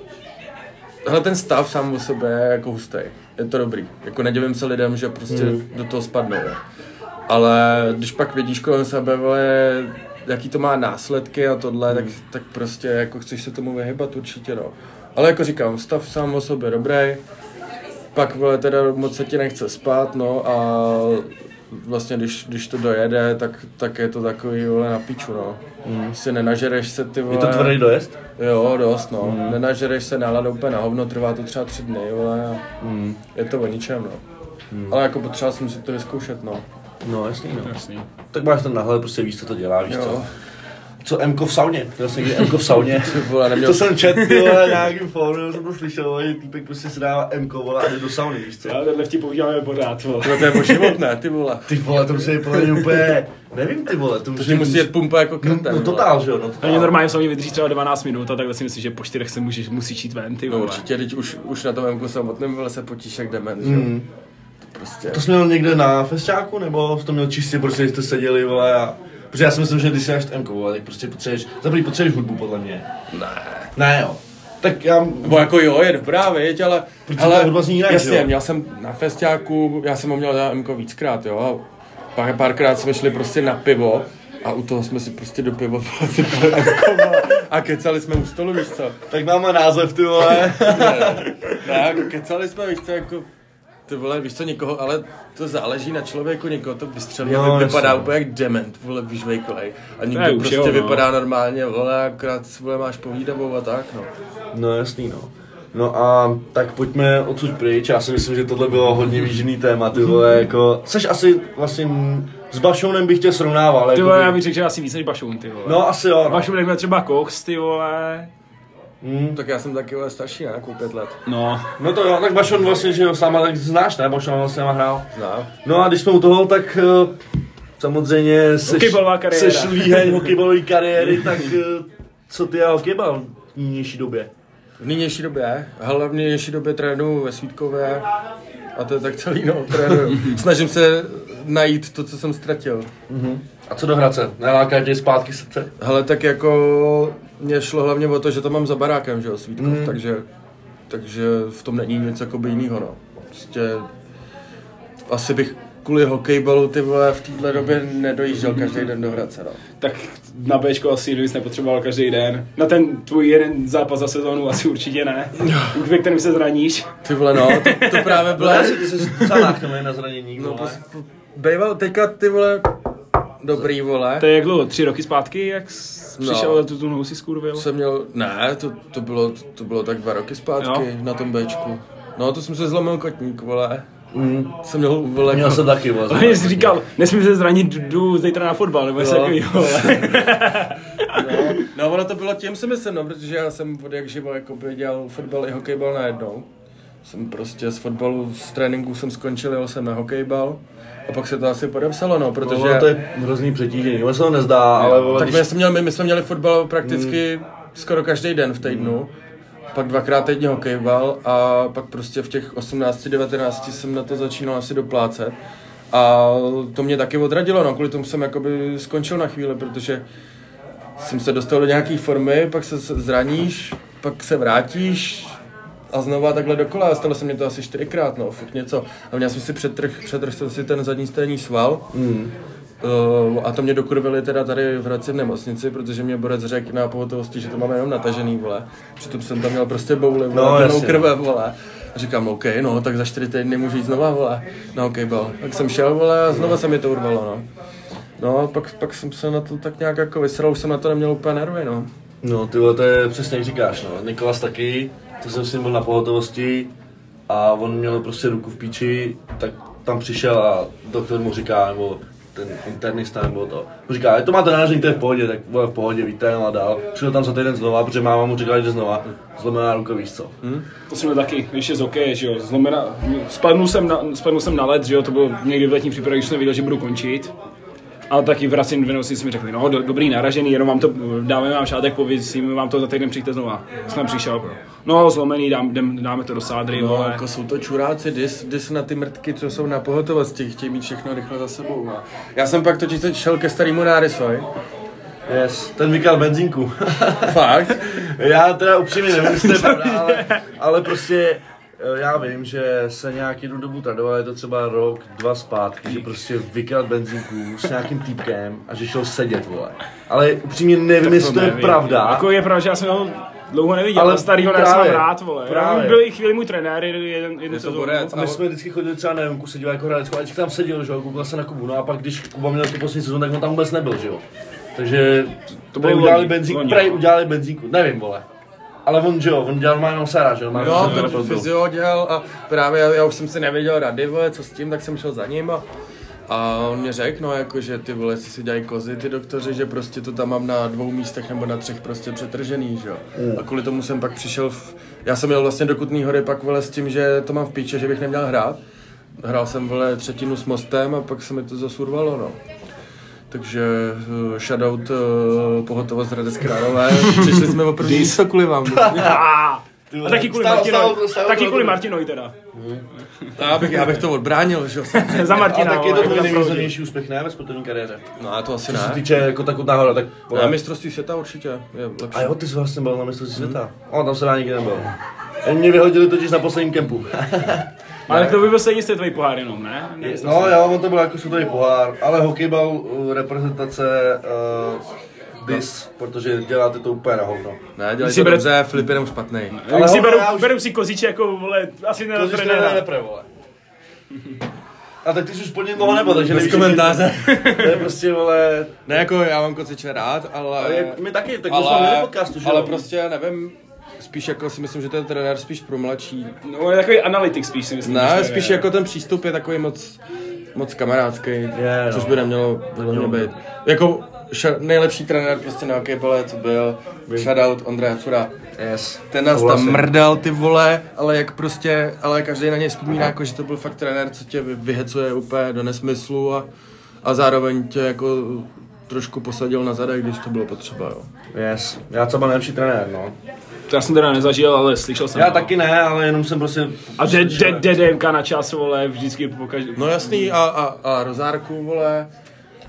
[SPEAKER 3] Hele ten stav sám o sobě je jako hustý. Je to dobrý. Jako nedivím se lidem, že prostě
[SPEAKER 1] Hmm.
[SPEAKER 3] mm. do toho spadnou. Jo. Ale když pak vidíš kolem sebe, vole, jaký to má následky a tohle, hmm. tak, tak prostě jako chceš se tomu vyhybat určitě, no. Ale jako říkám, stav sám o sobě dobrý, pak vole, teda moc se ti nechce spát, no a vlastně když, když to dojede, tak, tak je to takový vole na piču, no. Hmm. Si nenažereš se ty vole.
[SPEAKER 1] Je to tvrdý dojezd?
[SPEAKER 3] Jo, dost, no.
[SPEAKER 1] Mm.
[SPEAKER 3] Hmm. Nenažereš se nálada úplně na hovno, trvá to třeba tři dny, vole, a
[SPEAKER 1] Mm.
[SPEAKER 3] hmm. je to o ničem, no. Hmm. Ale jako potřeba jsem si to vyzkoušet, no.
[SPEAKER 1] No jasný, no.
[SPEAKER 2] Jasný.
[SPEAKER 1] Tak máš ten nahled, prostě víš, co to dělá, víš co.
[SPEAKER 3] Jo.
[SPEAKER 1] Co Mko v sauně? To jsem někdy Mko v sauně.
[SPEAKER 3] *laughs* Vole, neměl
[SPEAKER 1] To jsem četl, ty vole, na nějakým fóru, jsem to slyšel, vole, že týpek prostě se dává Mko, vole, a jde do sauny, víš co.
[SPEAKER 2] Já tenhle vtip uděláme pořád, vole.
[SPEAKER 3] No to je o život, ne, ty vole.
[SPEAKER 1] Ty vole, to musí být podle mě úplně, nevím ty vole, to
[SPEAKER 3] To
[SPEAKER 1] musí
[SPEAKER 3] ti musí jet pumpa jako
[SPEAKER 1] Mm. no,
[SPEAKER 3] krtem.
[SPEAKER 1] no totál, že jo, no
[SPEAKER 2] Oni
[SPEAKER 1] totál.
[SPEAKER 2] normálně sami vydrží třeba 12 minut a takhle si myslím, že po čtyřech se můžeš, musíš jít ven, ty
[SPEAKER 3] No
[SPEAKER 2] vole.
[SPEAKER 3] určitě, teď už, už na tom Mku samotném vole se potíš jak demen, že jo.
[SPEAKER 1] Mm.
[SPEAKER 3] To prostě.
[SPEAKER 1] To jsi měl někde na festiáku, nebo jsi to měl čistě, prostě jste seděli, vole, a... Protože já si myslím, že když si dáš MK, vole, tak prostě potřebuješ, za prvý potřebuješ hudbu, podle mě.
[SPEAKER 3] Ne.
[SPEAKER 1] Ne jo. Tak já,
[SPEAKER 3] Nebo jako jo, je dobrá, věď, ale...
[SPEAKER 1] Protože ta
[SPEAKER 3] ale
[SPEAKER 1] hudba zní jinak, že
[SPEAKER 3] jasně,
[SPEAKER 1] jo?
[SPEAKER 3] měl jsem na festiáku, já jsem ho měl na Mko víckrát, jo. A pár, párkrát jsme šli prostě na pivo a u toho jsme si prostě do piva vole, si *laughs* dali Mko, vole. a kecali jsme u stolu, víš co.
[SPEAKER 1] tak máme název, ty vole.
[SPEAKER 3] Ne, jako kecali jsme, víš co, jako... Ty vole, víš co, někoho, ale to záleží na člověku, někoho to vystřelí,
[SPEAKER 1] Jo,
[SPEAKER 3] no, vypadá
[SPEAKER 1] jasně.
[SPEAKER 3] úplně jak dement, vole, vyžvejklej. A
[SPEAKER 2] Ne,
[SPEAKER 3] někdo
[SPEAKER 2] už
[SPEAKER 3] prostě
[SPEAKER 2] jo, no.
[SPEAKER 3] vypadá normálně, vole, akorát si, vole, máš povídavou a tak, no.
[SPEAKER 1] *laughs* No jasný, no. No a tak pojďme odsud pryč, já si myslím, že tohle bylo hodně výživný téma, ty vole, jako... Seš asi vlastně s Bašounem bych tě srovnával, ale
[SPEAKER 2] Ty
[SPEAKER 3] jako
[SPEAKER 2] vole, já bych řekl, že asi víc než Bašoun, ty vole.
[SPEAKER 1] No asi jo, no.
[SPEAKER 2] Bašoun měl třeba koks, ty vole.
[SPEAKER 1] Mm.
[SPEAKER 3] Tak já jsem taky, vole, starší, ne, jako pět let.
[SPEAKER 2] No,
[SPEAKER 1] No to jo, tak Bašon vlastně, že jo, sama tak znáš, ne? Bašon s náma hrál.
[SPEAKER 3] Znám.
[SPEAKER 1] No a když jsme u toho, tak eh, samozřejmě seš,
[SPEAKER 2] Hokejbalová kariéra.
[SPEAKER 1] seš líheň hokejbalové kariéry, tak eh, co ty a hokejbal v nynější době?
[SPEAKER 3] V nynější době, hele, v nynější době trénuju ve Svítkově a to je tak celý, no, *laughs* trénuju. Snažím se najít to, co jsem ztratil.
[SPEAKER 1] A co do Hradce? Neláká tě zpátky srdce?
[SPEAKER 3] Hele, tak jako mě šlo hlavně o to, že to mám za barákem, že jo, Svítkov,
[SPEAKER 1] Mm.
[SPEAKER 3] mm. takže, takže v tom není nic jakoby jinýho, no. Prostě asi bych kvůli hokejbalu ty vole v téhle době nedojížděl každý den do Hradce, no.
[SPEAKER 2] tak na Bčko asi nic nepotřeboval každý den. Na ten tvůj jeden zápas za sezónu asi určitě ne.
[SPEAKER 3] No.
[SPEAKER 2] Už ve kterém se zraníš.
[SPEAKER 3] Ty vole, no, to, to *laughs* právě bylo...
[SPEAKER 1] Ty jsi sám náchylný na zranění,
[SPEAKER 3] No,
[SPEAKER 1] no,
[SPEAKER 3] pos, bejval, teďka ty vole, dobrý vole.
[SPEAKER 2] To je jak dlouho, tři roky zpátky, jak jsi
[SPEAKER 3] No.
[SPEAKER 2] přišel no. tu tu nohu si skurvil?
[SPEAKER 3] jsem měl, ne, to, to, bylo, to bylo tak dva roky zpátky
[SPEAKER 2] Jo.
[SPEAKER 3] na tom Bčku. No, to jsem se zlomil kotník, vole.
[SPEAKER 1] Mm.
[SPEAKER 3] Jsem měl, vole, jako-
[SPEAKER 1] Měl
[SPEAKER 3] ko-
[SPEAKER 1] jsem taky vás.
[SPEAKER 2] On jsi říkal, nesmím se zranit, jdu zítra na fotbal, nebo něco
[SPEAKER 3] Jo.
[SPEAKER 2] takového.
[SPEAKER 3] No, no, ono to bylo tím si myslím, no, protože já jsem od jak živo jako dělal fotbal i hokejbal najednou. Jsem prostě z fotbalu, z tréninku jsem skončil, jel jsem na hokejbal. A pak se to asi podepsalo, no, protože...
[SPEAKER 1] Protože to je hrozný přetížení. Ono se to nezdá, ale vole,
[SPEAKER 3] tak
[SPEAKER 1] tak
[SPEAKER 3] my
[SPEAKER 1] když...
[SPEAKER 3] jsme, měli, my jsme měli fotbal prakticky skoro každý den v týdnu. Pak dvakrát týdně hokejbal a pak prostě v těch 18-19 jsem na to začínal asi doplácet. A to mě taky odradilo, no, kvůli tomu jsem jakoby skončil na chvíli, protože jsem se dostal do nějaké formy, pak se se zraníš, pak se vrátíš a znova takhle dokola. A Stalo se mě to asi čtyřikrát, no, furt něco. A měl jsem si přetrh, přetrh jsem si ten zadní stěný sval. Mm. Uh, a to mě dokurvili teda tady v Hradci v nemocnici, protože mě borec řekl na pohotovosti, že to máme jenom natažený, vole. Přitom jsem tam měl prostě bouli, vole,
[SPEAKER 1] No,
[SPEAKER 3] no, plnou
[SPEAKER 1] jasně.
[SPEAKER 3] krve, vole. A říkám, OK, no, tak za čtyři týdny můžu jít znova, vole, na hokejbal. Tak jsem šel, vole, a znova se mi to urvalo, no. No a pak, pak jsem se na to tak nějak jako vysral, už jsem na to neměl úplně nervy, no.
[SPEAKER 1] No ty vole, to je přesně jak říkáš, no. Nikolas taky, to jsem s ním byl na pohotovosti a on měl prostě ruku v píči, tak tam přišel a doktor mu říká, nebo ten internista nebo to. Mu říká, to máte naražení, to je v pohodě, tak vole, v pohodě, víte, no a dál. Přišel tam za týden znova, protože máma mu říkala, že znova, zlomená ruka, víš co.
[SPEAKER 2] To jsem měl taky, když je z hokeje, že jo, zlomena, spadnul jsem, na, spadnul jsem na led, že jo, to bylo někdy v letní přípravě, když jsem věděl, že budu končit. A taky v Racing v nemocnici mi řekli, no do, dobrý naražený, jenom vám to, dáme vám šátek, pověsíme vám to za týden, přijďte znova. Jsem přišel, bro. No, zlomený, dám, dám, dáme to do sádry, no,
[SPEAKER 3] No,
[SPEAKER 2] vole.
[SPEAKER 3] jako jsou to čuráci, dis, dis na ty mrtky, co jsou na pohotovosti, chtějí mít všechno rychle za sebou. A já jsem pak totiž teď šel ke starému nárysovi.
[SPEAKER 1] Yes, ten vykal benzínku. *laughs*
[SPEAKER 3] *laughs* Fakt.
[SPEAKER 1] Já teda upřímně nevím, jestli to je
[SPEAKER 2] *laughs*
[SPEAKER 1] pravda, ale, ale prostě eh, já vím, že se nějak jednu dobu tradoval, je to třeba rok, dva zpátky, že prostě vykrat benzínku s nějakým týpkem a že šel sedět, vole. Ale upřímně nevím, jestli to je
[SPEAKER 2] nevím.
[SPEAKER 1] pravda.
[SPEAKER 2] Jako je pravda, že já jsem ho dlouho neviděl,
[SPEAKER 1] Ale
[SPEAKER 2] ale starýho já jsem
[SPEAKER 1] právě,
[SPEAKER 2] mám rád, vole.
[SPEAKER 1] právě.
[SPEAKER 2] Právě. Byl i chvíli můj trenér, jeden, jeden
[SPEAKER 3] to borec,
[SPEAKER 1] A my jsme vždycky chodili třeba na Jonku, seděl jako hradec, a vždycky tam seděl, že jo, koukal se na Kubu, no a pak když Kuba měl tu poslední sezónu, tak on tam vůbec nebyl, že jo. Takže to
[SPEAKER 2] To
[SPEAKER 1] bylo
[SPEAKER 2] bylo
[SPEAKER 1] udělali
[SPEAKER 2] loni,
[SPEAKER 1] benzínku,
[SPEAKER 2] loni. no.
[SPEAKER 1] prej udělali benzínku, nevím, vole. Ale on, že jo, on dělal má jenom Sara, že jo, má
[SPEAKER 3] No,
[SPEAKER 1] jenom Sara,
[SPEAKER 3] ten fyzio dělal a právě já, já už jsem si nevěděl rady, vole, co s tím, tak jsem šel za ním a, a on mě řekl, no jako, že ty vole si si dělají kozy, ty doktoři, že prostě to tam mám na dvou místech nebo na třech prostě přetržený, že jo. A kvůli tomu jsem pak přišel, v, já jsem jel vlastně do Kutný hory pak vole s tím, že to mám v píče, že bych neměl hrát. Hrál jsem vole třetinu s mostem a pak se mi to zasurvalo, no. Takže eh, shoutout eh, pohotovost Hradec Králové, přišli jsme o první místo kvůli *laughs* vám.
[SPEAKER 2] A, a taky kvůli
[SPEAKER 1] Stalo-
[SPEAKER 2] Martinovi,
[SPEAKER 1] stalo- stalo-
[SPEAKER 2] taky kvůli
[SPEAKER 1] stalo-
[SPEAKER 2] Martinovi teda.
[SPEAKER 3] Já bych, já bych to odbránil, že jo.
[SPEAKER 2] Za
[SPEAKER 1] A
[SPEAKER 2] Martina,
[SPEAKER 1] tak je
[SPEAKER 2] vole,
[SPEAKER 1] to tvůj
[SPEAKER 2] jako za pravdu.
[SPEAKER 1] nejvýznamnější úspěch, ne, ve sportovní kariéře.
[SPEAKER 3] No a to asi
[SPEAKER 1] Co se
[SPEAKER 3] ne.
[SPEAKER 1] týče jako ta kutná hora, tak...
[SPEAKER 3] Na mistrovství světa určitě je lepší.
[SPEAKER 1] A jo, ty jsi vlastně byl na mistrovství světa. O, tam se dá nikdy nebyl. Mě vyhodili totiž na posledním kempu.
[SPEAKER 2] Ale to by byl stejně jste tvojí pohár jenom, ne? Ne, jestli-
[SPEAKER 1] No jo, on to byl jako světový pohár, ale hokejbal uh, reprezentace uh, dis, protože děláte to úplně na hovno.
[SPEAKER 3] Ne, dělej to
[SPEAKER 2] Jsi bere-
[SPEAKER 3] dobře, Filip je jenom špatný.
[SPEAKER 2] Tak si
[SPEAKER 1] hovno
[SPEAKER 2] beru,
[SPEAKER 1] já už-
[SPEAKER 2] beru si koziče jako, vole, asi ne na
[SPEAKER 1] To trenéra.
[SPEAKER 2] trenéra.
[SPEAKER 1] Repre, vole. A tak ty jsi už pod ním dlouho nebyl, takže
[SPEAKER 3] Bez
[SPEAKER 1] nevíš, jak-
[SPEAKER 3] komentáře.
[SPEAKER 1] To je prostě, vole,
[SPEAKER 3] Ne, jako já mám kociče rád,
[SPEAKER 1] Ale
[SPEAKER 3] ale...
[SPEAKER 1] jak- my taky, tak my jsme měli
[SPEAKER 3] ale,
[SPEAKER 1] podcastu, že
[SPEAKER 3] ale
[SPEAKER 1] jo?
[SPEAKER 3] prostě nevím, spíš jako si myslím, že ten trenér spíš pro mladší.
[SPEAKER 2] No, on je takový analytik spíš si myslím.
[SPEAKER 3] Ne,
[SPEAKER 2] že
[SPEAKER 3] spíš
[SPEAKER 2] je.
[SPEAKER 3] jako ten přístup je takový moc, moc kamarádský,
[SPEAKER 1] no.
[SPEAKER 3] což by nemělo podle mě být. Jako ša- nejlepší trenér prostě na hokejbale, co byl, shoutout Ondra Jacura.
[SPEAKER 1] yes.
[SPEAKER 3] Ten nás tam
[SPEAKER 1] Souhlasím.
[SPEAKER 3] mrdal ty vole, ale jak prostě, ale každý na něj vzpomíná, jako že to byl fakt trenér, co tě vy- vyhecuje úplně do nesmyslu a, a zároveň tě jako trošku posadil na zadek, když to bylo potřeba, jo.
[SPEAKER 1] Yes, já třeba nejlepší trenér, no.
[SPEAKER 2] To já jsem teda nezažil, ale slyšel jsem.
[SPEAKER 1] Já
[SPEAKER 2] no.
[SPEAKER 1] taky ne, ale jenom jsem prostě...
[SPEAKER 2] A de- de- DDMK na čas, vole, vždycky pokaždé.
[SPEAKER 3] No jasný, a, a, a Rozárku, vole,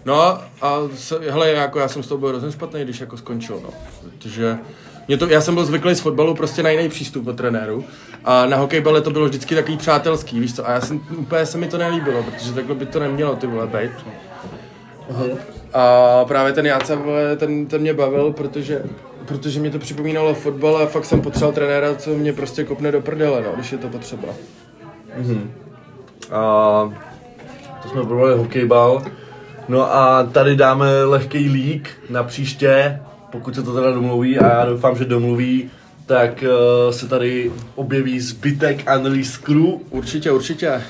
[SPEAKER 3] no a se, hele, jako já jsem z toho byl hrozně špatný, když jako skončil, no, protože mě to, já jsem byl zvyklý z fotbalu prostě na jiný přístup od trenéru a na hokejbale to bylo vždycky takový přátelský, víš co, a já jsem, úplně se mi to nelíbilo, protože takhle by to nemělo ty vole být. A právě ten Jáca, vole, ten, ten mě bavil, protože, protože mě to připomínalo fotbal a fakt jsem potřeboval trenéra, co mě prostě kopne do prdele, no, když je to potřeba.
[SPEAKER 1] A to jsme probrali hokejbal. No a tady dáme lehký lík na příště, pokud se to teda domluví a já doufám, že domluví, tak eh, se tady objeví zbytek Unreleased Crew,
[SPEAKER 3] Určitě, určitě.
[SPEAKER 1] A-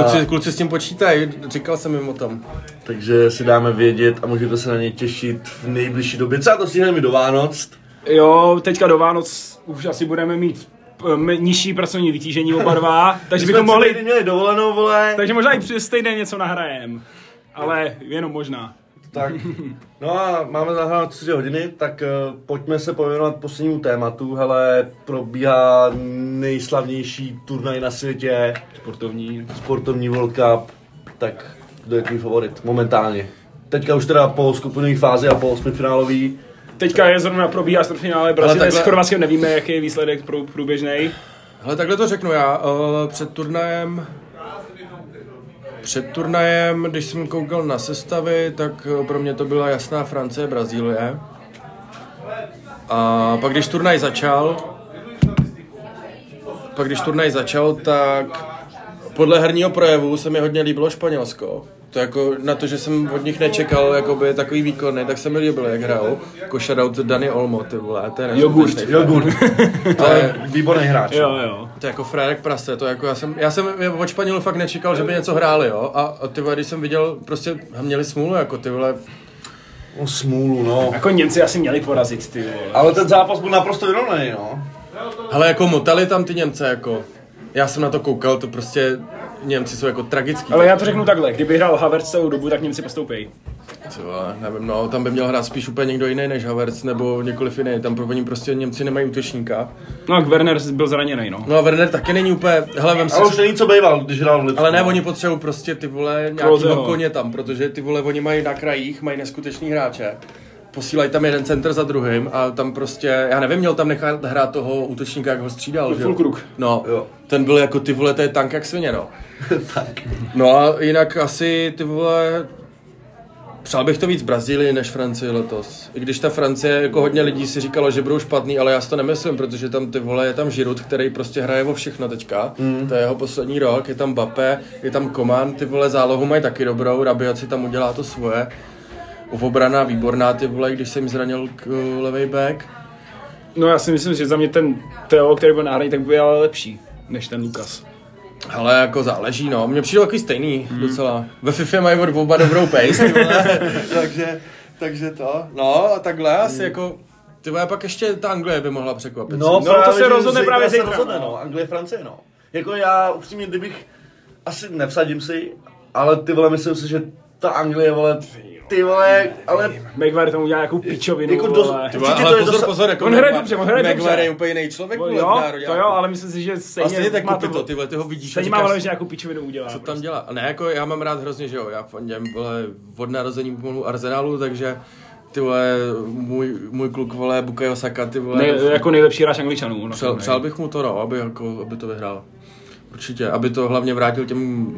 [SPEAKER 3] Kluci, kluci s tím počítají, říkal jsem jim o tom.
[SPEAKER 1] takže si dáme vědět a můžete se na ně těšit v nejbližší době. Třeba to stihneme i do Vánoc,
[SPEAKER 4] Jo, teďka do Vánoc už asi budeme mít um, nižší pracovní vytížení oba *laughs* dva, takže
[SPEAKER 1] My jsme
[SPEAKER 4] bychom
[SPEAKER 1] tři
[SPEAKER 4] mohli,
[SPEAKER 1] týdny měli dovolenou, vole.
[SPEAKER 4] takže možná i přes týden něco nahrajem. Ale jenom možná.
[SPEAKER 1] Tak, no a máme nahráno 4 hodiny, tak eh, pojďme se pověnovat poslednímu tématu. Hele, probíhá nejslavnější turnaj na světě,
[SPEAKER 4] Sportovní.
[SPEAKER 1] sportovní World Cup, tak kdo je tvůj favorit momentálně? Teďka už teda po skupinové fázi a po osmifinálový.
[SPEAKER 4] Teďka je zrovna probíhá finále Brazílie
[SPEAKER 3] takhle-
[SPEAKER 4] s Chorvatskem, nevíme, jaký je výsledek prů, průběžný.
[SPEAKER 3] Ale takhle to řeknu já. eh, Před turnajem... Před turnajem, když jsem koukal na sestavy, tak eh, pro mě to byla jasná Francie, Brazílie. A pak když turnaj začal, pak když turnaj začal, tak podle herního projevu se mi hodně líbilo Španělsko. To jako na to, že jsem od nich nečekal jakoby takový výkony, tak se mi líbilo, jak hrajou. Jako shoutout Dani Olmo, ty vole, to je
[SPEAKER 4] Jogurt.
[SPEAKER 3] neskutečný.
[SPEAKER 1] Jogurt, to je výborný hráč.
[SPEAKER 4] Jo, jo.
[SPEAKER 3] To je jako frérek prase, to jako já jsem, já jsem od Španělů fakt nečekal, že by něco hráli, jo. A, a ty vole, když jsem viděl, prostě měli smůlu, jako ty vole.
[SPEAKER 1] No, smůlu, no.
[SPEAKER 4] Jako Němci asi měli porazit, ty vole.
[SPEAKER 1] Ale ten zápas byl naprosto vyrovnaný, no.
[SPEAKER 3] Hele, jako motali tam ty Němce, jako. Já jsem na to koukal, to prostě Němci jsou jako tragický.
[SPEAKER 4] Ale já to řeknu takhle, kdyby hrál Havertz celou dobu, tak Němci postoupí.
[SPEAKER 3] Ty vole, nevím, no, tam by měl hrát spíš úplně někdo jiný než Havertz nebo několiv jiný. Tam pro oni prostě Němci nemají útočníka.
[SPEAKER 4] No a Werner byl zraněný, no.
[SPEAKER 3] No a Werner taky není úplně, hele, vem si.
[SPEAKER 1] Ale už není co bejval, když hrál v Lipsku.
[SPEAKER 3] Ale
[SPEAKER 1] *laughs*
[SPEAKER 3] ne, oni potřebují prostě ty vole
[SPEAKER 4] Klozeno.
[SPEAKER 3] nějakého koně tam, protože ty vole oni mají na krajích, mají neskutečný hráče. Posílají tam jeden center za druhým a tam prostě, já nevím, měl tam nechat hrát toho útočníka, jak ho střídal. že jo?
[SPEAKER 4] Fulkrug.
[SPEAKER 3] No,
[SPEAKER 1] Jo.
[SPEAKER 3] jo. ten byl jako ty vole, to je tank jak svině, *laughs* no.
[SPEAKER 1] tak.
[SPEAKER 3] No a jinak asi ty vole, přál bych to víc Brazílii než Francii letos. I když ta Francie, jako hodně lidí si říkalo, že budou špatný, ale já si to nemyslím, protože tam ty vole, je tam Žirut, který prostě hraje o všechno teďka. Mm. To je jeho poslední rok, je tam Bape, je tam Koman, ty vole zálohu mají taky dobrou, Rabiot si tam udělá to svoje. Obrana výborná, ty vole, když jsem zranil k, uh, levej back.
[SPEAKER 4] No já si myslím, že za mě ten Teo, který byl náhradní, tak byl ale lepší než ten Lukas.
[SPEAKER 3] Ale jako záleží, no. Mně přijde takový stejný hmm. docela. Ve FIFA mají od oba dobrou pace, ty
[SPEAKER 4] *laughs*
[SPEAKER 3] vole. takže, takže to. No a takhle asi jako... Ty vole, pak ještě ta Anglie by mohla překvapit.
[SPEAKER 1] No,
[SPEAKER 4] No, to se
[SPEAKER 1] že
[SPEAKER 4] rozhodne právě
[SPEAKER 1] se
[SPEAKER 4] zítra,
[SPEAKER 1] rozhodne,
[SPEAKER 4] no.
[SPEAKER 1] no. Anglie, Francie, no. Jako já upřímně, kdybych, asi nevsadím si, ale ty vole, myslím si, že ta Anglie, vole, ty vole, ale
[SPEAKER 4] Maguire tam udělá nějakou pičovinu,
[SPEAKER 1] Jako dost-
[SPEAKER 4] vole.
[SPEAKER 1] ty
[SPEAKER 3] Ty vole,
[SPEAKER 1] Určitě
[SPEAKER 3] ale
[SPEAKER 1] to je
[SPEAKER 3] pozor,
[SPEAKER 1] dosa-
[SPEAKER 3] pozor, jako
[SPEAKER 4] On hraje
[SPEAKER 3] Maguire-
[SPEAKER 4] dobře, on hraje dobře.
[SPEAKER 3] Maguire je úplně jiný člověk,
[SPEAKER 4] Bo-
[SPEAKER 3] vole,
[SPEAKER 4] No Jo,
[SPEAKER 3] v národě.
[SPEAKER 4] to jo, ale myslím si, že
[SPEAKER 3] A
[SPEAKER 4] stejně
[SPEAKER 3] stejně tak
[SPEAKER 4] má
[SPEAKER 3] kupy to, ty vole, ty ho vidíš a
[SPEAKER 4] Stejně má
[SPEAKER 3] říkáš,
[SPEAKER 4] ale, že nějakou pičovinu udělá.
[SPEAKER 3] co tam dělá. A Ne, jako já mám rád hrozně, že jo, já fandím, vole, od narození pomalu Arsenalu, takže ty vole, můj, můj kluk, vole, Bukayo Saka, ty vole.
[SPEAKER 4] Ne, jako nejlepší hráč angličanů. na
[SPEAKER 3] Přál,
[SPEAKER 4] tom,
[SPEAKER 3] přál
[SPEAKER 4] ne?
[SPEAKER 3] bych mu to, no, aby, jako, aby to vyhrál. Určitě, aby to hlavně vrátil těm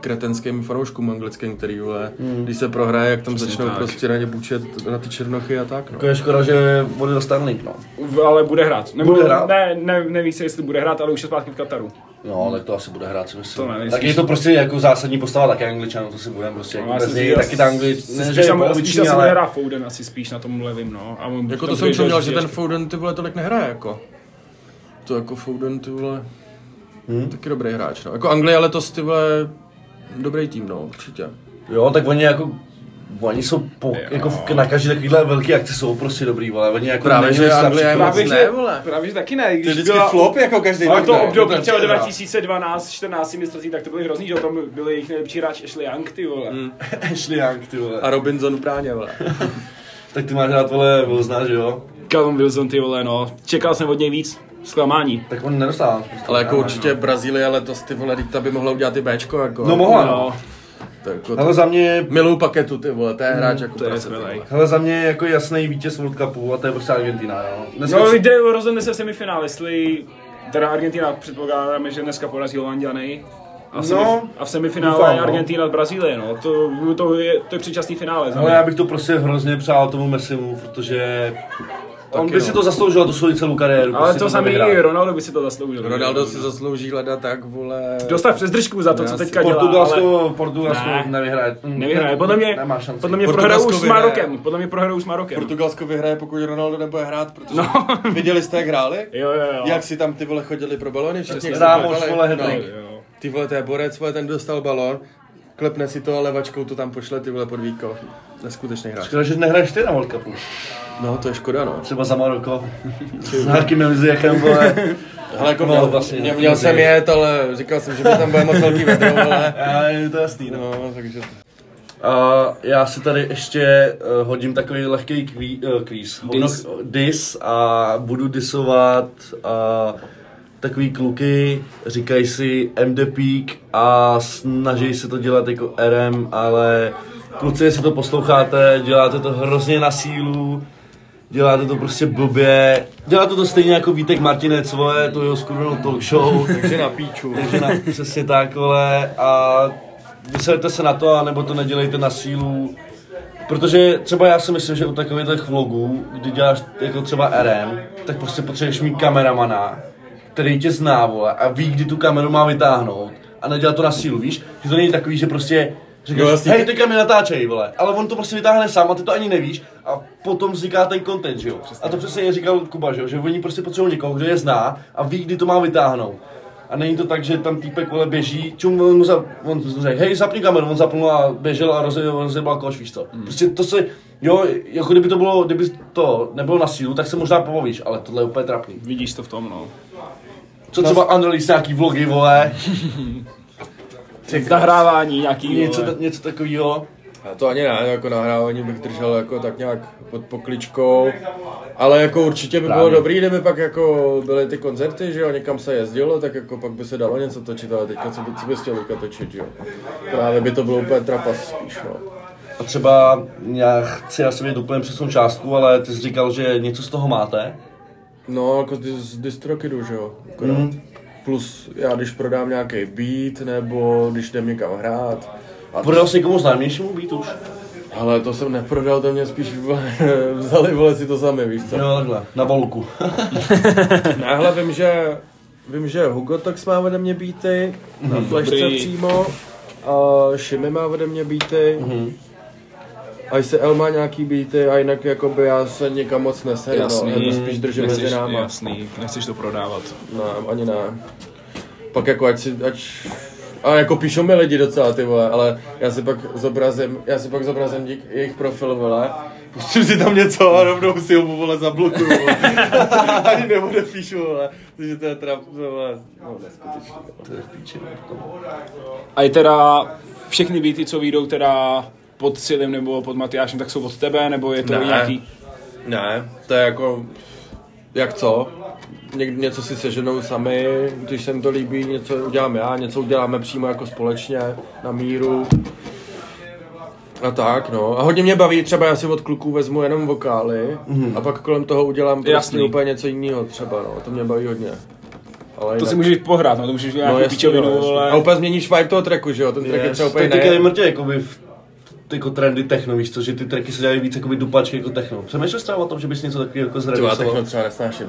[SPEAKER 3] kretenským fanouškům anglickým, který vole, mm. když se prohraje, jak tam začnou
[SPEAKER 4] tak.
[SPEAKER 3] tak. prostě na ně bučet na ty černochy a tak, no.
[SPEAKER 1] jako je škoda, že bude dostan Link, no.
[SPEAKER 4] V- Ale bude hrát. Nebo,
[SPEAKER 1] Bude hrát?
[SPEAKER 4] Ne, ne, neví se, jestli bude hrát, ale už je zpátky v Kataru.
[SPEAKER 1] No, ale to asi bude hrát, si myslím.
[SPEAKER 4] To nevím,
[SPEAKER 1] tak je
[SPEAKER 4] spíš- No,
[SPEAKER 1] to prostě jako zásadní postava, taky Angličanů, to si budeme prostě jako
[SPEAKER 4] já
[SPEAKER 1] bez
[SPEAKER 4] si
[SPEAKER 1] něj,
[SPEAKER 4] říkal,
[SPEAKER 1] taky ta Angli,
[SPEAKER 4] si
[SPEAKER 1] ne,
[SPEAKER 4] spíš
[SPEAKER 1] že je
[SPEAKER 4] tam-
[SPEAKER 1] pouliční,
[SPEAKER 4] Spíš tam se bude
[SPEAKER 1] ale
[SPEAKER 4] hrát Foden asi spíš na tom levým, no. A on
[SPEAKER 3] Jako
[SPEAKER 4] tam
[SPEAKER 3] to jsem
[SPEAKER 4] bude
[SPEAKER 3] čuměl,
[SPEAKER 4] dělat
[SPEAKER 3] že ten
[SPEAKER 4] těžko.
[SPEAKER 3] Foden ty vole tolik nehraje, jako. To jako Foden ty vole, hmm. taky dobrý hráč, no. Jako Anglie letos ty vole, dobrý tým, no, určitě.
[SPEAKER 1] jo, tak oni jako Oni jsou po, jako v- na každý takovýhle velký akci jsou prostě dobrý, vole. Oni jako
[SPEAKER 3] Právě,
[SPEAKER 1] neměli
[SPEAKER 3] že
[SPEAKER 1] slabší
[SPEAKER 3] Anglie je
[SPEAKER 1] klub.
[SPEAKER 3] moc
[SPEAKER 4] Právě,
[SPEAKER 3] Ne,
[SPEAKER 4] že,
[SPEAKER 3] vole.
[SPEAKER 4] právě, že taky ne. i Když
[SPEAKER 3] jako každý
[SPEAKER 4] Ale to
[SPEAKER 1] ne,
[SPEAKER 4] období
[SPEAKER 1] vůbec
[SPEAKER 4] třeba
[SPEAKER 1] nehrál.
[SPEAKER 4] 2012, 14 mistrovství, tak to byly hrozný, že jo, tam byli jejich nejlepší hráč Ashley Young, ty vole.
[SPEAKER 1] Ashley Young, ty vole.
[SPEAKER 3] A Robinson bráně, vole.
[SPEAKER 1] Tak ty máš rád, vole, Wilsona, že jo?
[SPEAKER 4] Calvin Wilson, ty vole, no. Čekal jsem od něj víc. Zklamání.
[SPEAKER 1] Tak on nedostává. prostě.
[SPEAKER 3] Ale jako
[SPEAKER 1] Ne,
[SPEAKER 4] no.
[SPEAKER 3] určitě Brazílie letos ty vole, teď ta by mohla udělat i Bčko, jako.
[SPEAKER 1] No mohla, no.
[SPEAKER 4] No,
[SPEAKER 3] To jako,
[SPEAKER 1] Ale za mě
[SPEAKER 3] Miluju paketu, ty vole, to je hráč jako
[SPEAKER 4] Hmm, to je
[SPEAKER 3] prase, ty vole.
[SPEAKER 4] skvělej.
[SPEAKER 1] Hele, za mě je jako jasný vítěz World Cupu a to je prostě Argentina, jo. Dneska
[SPEAKER 4] No,
[SPEAKER 1] už-
[SPEAKER 4] jde, rozhodne se v semifinále, jestli teda Argentina předpokládáme, že dneska porazí Holandiany. A, v semif-
[SPEAKER 1] No,
[SPEAKER 4] a v semifinále
[SPEAKER 1] doufám, no.
[SPEAKER 4] Argentina z Brazílie, no. To,
[SPEAKER 2] no.
[SPEAKER 4] to, je, to je předčasný finále. za
[SPEAKER 1] ale
[SPEAKER 4] mě.
[SPEAKER 1] já bych to prostě hrozně přál tomu Messimu, protože On by
[SPEAKER 3] no.
[SPEAKER 1] si to zasloužil, tu svoji celou kariéru.
[SPEAKER 2] Ale
[SPEAKER 1] prostě
[SPEAKER 2] to
[SPEAKER 1] tam
[SPEAKER 2] samý
[SPEAKER 1] vyhrál.
[SPEAKER 2] i Ronaldo by si to zasloužil.
[SPEAKER 3] Ronaldo si zaslouží hledat tak, vole...
[SPEAKER 2] Dostat přes držku za to, co
[SPEAKER 3] Jasně.
[SPEAKER 2] teďka dělá, ale
[SPEAKER 1] Portugalsko, Portugalsko
[SPEAKER 2] Ne.
[SPEAKER 1] nevyhraje. Mm,
[SPEAKER 2] nevyhraje. Podle mě,
[SPEAKER 1] Nemá šanci.
[SPEAKER 2] podle mě prohrou
[SPEAKER 3] Portugalsko
[SPEAKER 2] už s
[SPEAKER 3] vyhraje.
[SPEAKER 2] Marokem. Podle mě prohrou už s Marokem.
[SPEAKER 3] Portugalsko vyhraje, pokud Ronaldo nebude hrát, protože
[SPEAKER 1] No.
[SPEAKER 3] *laughs* viděli jste, jak hráli?
[SPEAKER 2] Jo, jo, jo.
[SPEAKER 3] Jak si tam ty vole chodili pro balony, všichni jak se
[SPEAKER 1] Rámoš,
[SPEAKER 3] koukali. No.
[SPEAKER 1] vole, hat-trick.
[SPEAKER 2] Jo.
[SPEAKER 3] Ty vole, to je borec, vole, ten dostal balon, klepne si to a levačkou to tam pošle, ty vole, pod víko. Neskutečný hráč.
[SPEAKER 1] Škoda, že nehraješ ty na World Cupu.
[SPEAKER 3] No, to je škoda, no.
[SPEAKER 1] Třeba za
[SPEAKER 2] *laughs*
[SPEAKER 1] Maroko. S nějakým Elziechem, vole.
[SPEAKER 3] Ale jako
[SPEAKER 1] No,
[SPEAKER 3] měl,
[SPEAKER 1] vlastně,
[SPEAKER 3] měl,
[SPEAKER 1] no.
[SPEAKER 3] měl jsem jet, ale říkal jsem, že by tam bude moc velký vedro, ale...
[SPEAKER 1] Já, je to jasný, no.
[SPEAKER 3] No, takže...
[SPEAKER 1] A já si tady ještě eh, hodím takový lehký kví, eh, kvíz. Hovno-
[SPEAKER 2] Dis.
[SPEAKER 1] Dis a budu disovat a takový kluky, říkají si MD Peak a snaží se to dělat jako RM, ale kluci, jestli to posloucháte, děláte to hrozně na sílu, děláte to prostě blbě, děláte to stejně jako Vítek Martinec, vole, to jeho skurvenou talk show,
[SPEAKER 3] *laughs* Takže na píču.
[SPEAKER 1] takže na, přesně tak, vole, a vyserte se na to, anebo to nedělejte na sílu. Protože třeba já si myslím, že u takových vlogů, kdy děláš jako třeba RM, tak prostě potřebuješ mít kameramana, který tě zná, vole, a ví, kdy tu kameru má vytáhnout a nedělá to na sílu, víš? Že to není takový, že prostě říkáš,
[SPEAKER 3] No,
[SPEAKER 1] no,
[SPEAKER 3] jasně.
[SPEAKER 1] hej, teďka mi natáčej, vole, ale on to prostě vytáhne sám a ty to ani nevíš a potom vzniká ten content, že jo? A to přesně je říkal Kuba, že jo? Že oni prostě potřebují někoho, kdo je zná a ví, kdy to má vytáhnout. A není to tak, že tam týpek vole běží, čum, on mu za, on řekl, hej, zapni kameru, on zapnul a běžel a rozjebal, rozjebal koš, víš co. Prostě to se, jo, jako kdyby to bylo, kdyby to nebylo na sílu, tak se možná pobavíš, ale tohle je úplně trapný.
[SPEAKER 2] Vidíš to v tom, no.
[SPEAKER 1] Co třeba analýza nějaký vlogy, vole,
[SPEAKER 2] Zahrávání nějaký,
[SPEAKER 1] něco,
[SPEAKER 2] vole.
[SPEAKER 1] ta- něco takového.
[SPEAKER 3] Já to ani ne, jako nahrávání bych držel jako tak nějak pod pokličkou, ale jako určitě by bylo dobrý, kdyby pak jako byly ty koncerty, že jo, někam se jezdilo, tak jako pak by se dalo něco točit, ale teďka co, by, co bys chtěl Luka točit, že jo. Právě by to bylo úplně trapas spíš, no.
[SPEAKER 1] A třeba, já chci asi vědět úplně přesnou částku, ale ty jsi říkal, že něco z toho máte.
[SPEAKER 3] No, jako z, z Distrokidu, že jo, akorát. Plus já když prodám nějaký beat, nebo když jdem někam hrát, a to,
[SPEAKER 1] Prodal jsi komu známějšímu být už?
[SPEAKER 3] ale to jsem neprodal, to mě spíš *laughs* vole, vzali vole si to sami, víš co.
[SPEAKER 1] Jo, takhle, na volku.
[SPEAKER 3] Ne, ale vím, že, vím, že Hugo Tox má ode mě beaty, na flashce
[SPEAKER 2] Mhm. Dobrý.
[SPEAKER 3] přímo, a Shimi má ode mě beaty,
[SPEAKER 2] Mhm.
[SPEAKER 3] a i se El má nějaký beaty, a jinak jakoby já se nikam moc neseru, no,
[SPEAKER 2] Jasný.
[SPEAKER 3] já to spíš držím mezi
[SPEAKER 2] Nechceš,
[SPEAKER 3] náma,
[SPEAKER 2] jasný, nechceš to prodávat.
[SPEAKER 3] ne, ani ne. Pak jako ať si, ať, a jako píšou mi lidi docela ty vole, ale já si pak zobrazím, já si pak zobrazím dík jejich profil vole, pustím si tam něco a rovnou si ho vole zablokuju. vole. *laughs* Ani neodepíšu, vole, protože to je trap, vole, no neskutečný.
[SPEAKER 1] *laughs* To je v píči, no.
[SPEAKER 2] A i teda všechny beaty, co vyjdou teda pod Silim nebo pod Matyášem, tak jsou od tebe, nebo je to
[SPEAKER 3] Ne.
[SPEAKER 2] nějaký...
[SPEAKER 3] Ne, to je jako, jak co? Někdy něco si seženou sami, když se jim to líbí, něco udělám já, něco uděláme přímo jako společně, na míru. A tak, no. A hodně mě baví, třeba já si od kluků vezmu jenom vokály mm. a pak kolem toho udělám prostě
[SPEAKER 2] Jasný.
[SPEAKER 3] úplně něco jiného třeba, no. To mě baví hodně. Ale
[SPEAKER 2] To
[SPEAKER 3] jinak-
[SPEAKER 2] si můžeš pohrát, no to můžeš udělat
[SPEAKER 3] no,
[SPEAKER 2] nějakou
[SPEAKER 3] jasný, no,
[SPEAKER 2] pičovinu,
[SPEAKER 3] jasný.
[SPEAKER 2] vole.
[SPEAKER 3] A úplně změníš vibe toho tracku, že jo? Ten track je
[SPEAKER 1] Yes.
[SPEAKER 3] třeba
[SPEAKER 1] Tak
[SPEAKER 3] úplně
[SPEAKER 1] teďka je
[SPEAKER 3] jiný.
[SPEAKER 1] mrtě jakoby v ty jako trendy techno, víš co, že ty tracky se dělají víc jakoby dupačky jako techno. Přemýšlel jsi třeba o tom, že bys něco takového jako
[SPEAKER 3] Ty, já techno
[SPEAKER 1] zredukoval?
[SPEAKER 3] třeba nesnáším.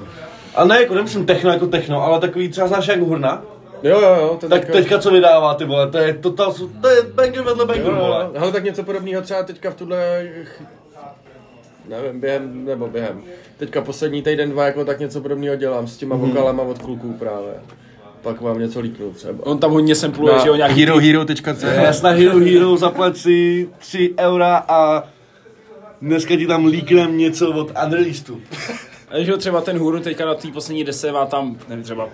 [SPEAKER 1] A ne, jako nemyslím techno jako techno, ale takový třeba znáš jak hurna?
[SPEAKER 3] Jo, jo, jo. Ten
[SPEAKER 1] Tak
[SPEAKER 3] jako-
[SPEAKER 1] teďka co vydává ty vole, to je total, to je banger vedle bangeru vole.
[SPEAKER 3] Ale tak něco podobného třeba teďka v tuhle ch- nevím, během, nebo během. Teďka poslední týden, dva, jako tak něco podobného dělám s
[SPEAKER 2] Mhm.
[SPEAKER 3] těma vokálama od kluků právě. Pak vám něco líknu třeba.
[SPEAKER 2] On tam hodně
[SPEAKER 3] No.
[SPEAKER 2] sempluje, že jo, nějaký...
[SPEAKER 3] herohero.cz
[SPEAKER 1] Jasná Hero Hero zaplatí 3 eura a dneska ti tam líknem něco od Unreleasedu.
[SPEAKER 2] A Že jo, třeba ten Huru teďka na té poslední dese má tam, nevím, třeba
[SPEAKER 3] Tak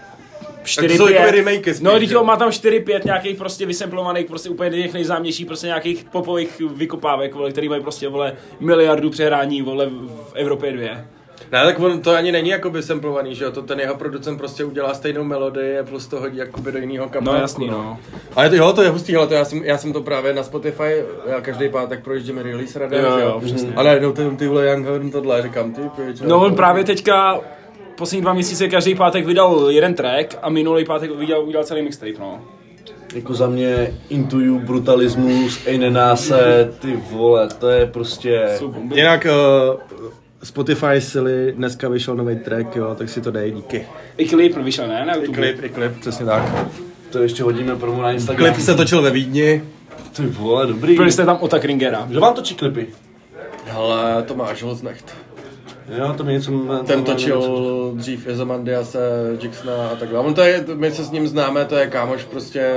[SPEAKER 3] to jsou takové
[SPEAKER 2] 4-5.
[SPEAKER 3] remakey spíš,
[SPEAKER 2] No, teď
[SPEAKER 3] jo.
[SPEAKER 2] on má tam 4-5 nějakých prostě vysemplovaných, prostě úplně těch nejznámějších, prostě nějakých popových vykopávek, vole, který mají prostě, vole, miliardu přehrání, vole, v Evropě dvě.
[SPEAKER 3] Ne, tak on to ani není jakoby samplovaný, že jo? To ten jeho producent prostě udělá stejnou melodii a plus to hodí jakoby do jiného
[SPEAKER 2] No,
[SPEAKER 3] kapelku.
[SPEAKER 2] jasný, no.
[SPEAKER 3] Ale to, jo, to je hustý, ale to já, jsem, já jsem to právě na Spotify, já každý pátek projíždím release radar,
[SPEAKER 2] Jo,
[SPEAKER 3] že
[SPEAKER 2] jo, přesně.
[SPEAKER 3] A najednou ten ty vole Young Horn tohle, a říkám ty, pěče,
[SPEAKER 2] No on právě teďka poslední dva měsíce každý pátek vydal jeden track a minulý pátek udělal, udělal celý mixtape, no.
[SPEAKER 1] Jako za mě intuju brutalismus, Einenáse, ty vole, to je prostě...
[SPEAKER 2] Jsou bomby.
[SPEAKER 3] Jinak uh,
[SPEAKER 4] eh, Spotify Silly, dneska vyšel nový track, jo, tak si to dej, díky.
[SPEAKER 2] I klip vyšel, ne? Na YouTube.
[SPEAKER 4] Klip, i klip, přesně tak.
[SPEAKER 1] To ještě hodíme promo na Instagram.
[SPEAKER 4] Klip se točil ve Vídni.
[SPEAKER 1] Ty vole, dobrý.
[SPEAKER 2] Byli jste tam Ota Kringera.
[SPEAKER 1] Kdo vám točí klipy?
[SPEAKER 3] Hele, Tomáš Holznecht.
[SPEAKER 1] Jo, to mi něco...
[SPEAKER 3] Ten točil dřív Izamandiase, Jacksona a tak dále. On to je, my se s ním známe, to je kámoš, prostě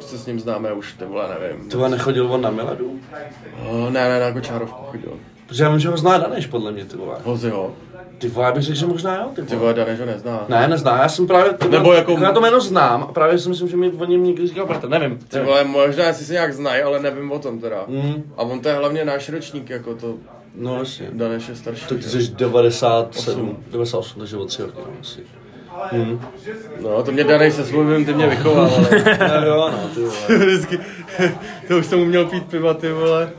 [SPEAKER 3] se s ním známe už, ty vole, nevím.
[SPEAKER 1] Tvoje nechodil on na Miladu?
[SPEAKER 3] O, ne, ne, na Kočárovku chodil.
[SPEAKER 1] Protože já vím, že ho zná Daneš, podle mě, ty vole.
[SPEAKER 3] Hozi ho.
[SPEAKER 1] Ty vole, já bych řekl, že možná jo, ty
[SPEAKER 3] Ty
[SPEAKER 1] vole.
[SPEAKER 3] vole, Danež ho nezná.
[SPEAKER 1] Ne, nezná, já jsem právě... Ty
[SPEAKER 3] Nebo jako-
[SPEAKER 1] Já to jméno znám a právě si myslím, že mi o něm někdy říkal bratr, nevím.
[SPEAKER 3] Ty vole, možná jestli se nějak znají, ale nevím o tom teda.
[SPEAKER 4] Mhm.
[SPEAKER 1] Mm.
[SPEAKER 3] A on to je hlavně náš ročník, jako to
[SPEAKER 1] No, jasně.
[SPEAKER 3] Daneš je starší.
[SPEAKER 1] Tak ty
[SPEAKER 3] že?
[SPEAKER 1] jsi 97, 98, takže o tři roky no, asi.
[SPEAKER 3] No, to mě Daneš se svojím, ty mě vychoval, ale...
[SPEAKER 1] No, jo, no, ty *laughs* vole,
[SPEAKER 3] Vždycky, to už jsem uměl pít piva, ty vole.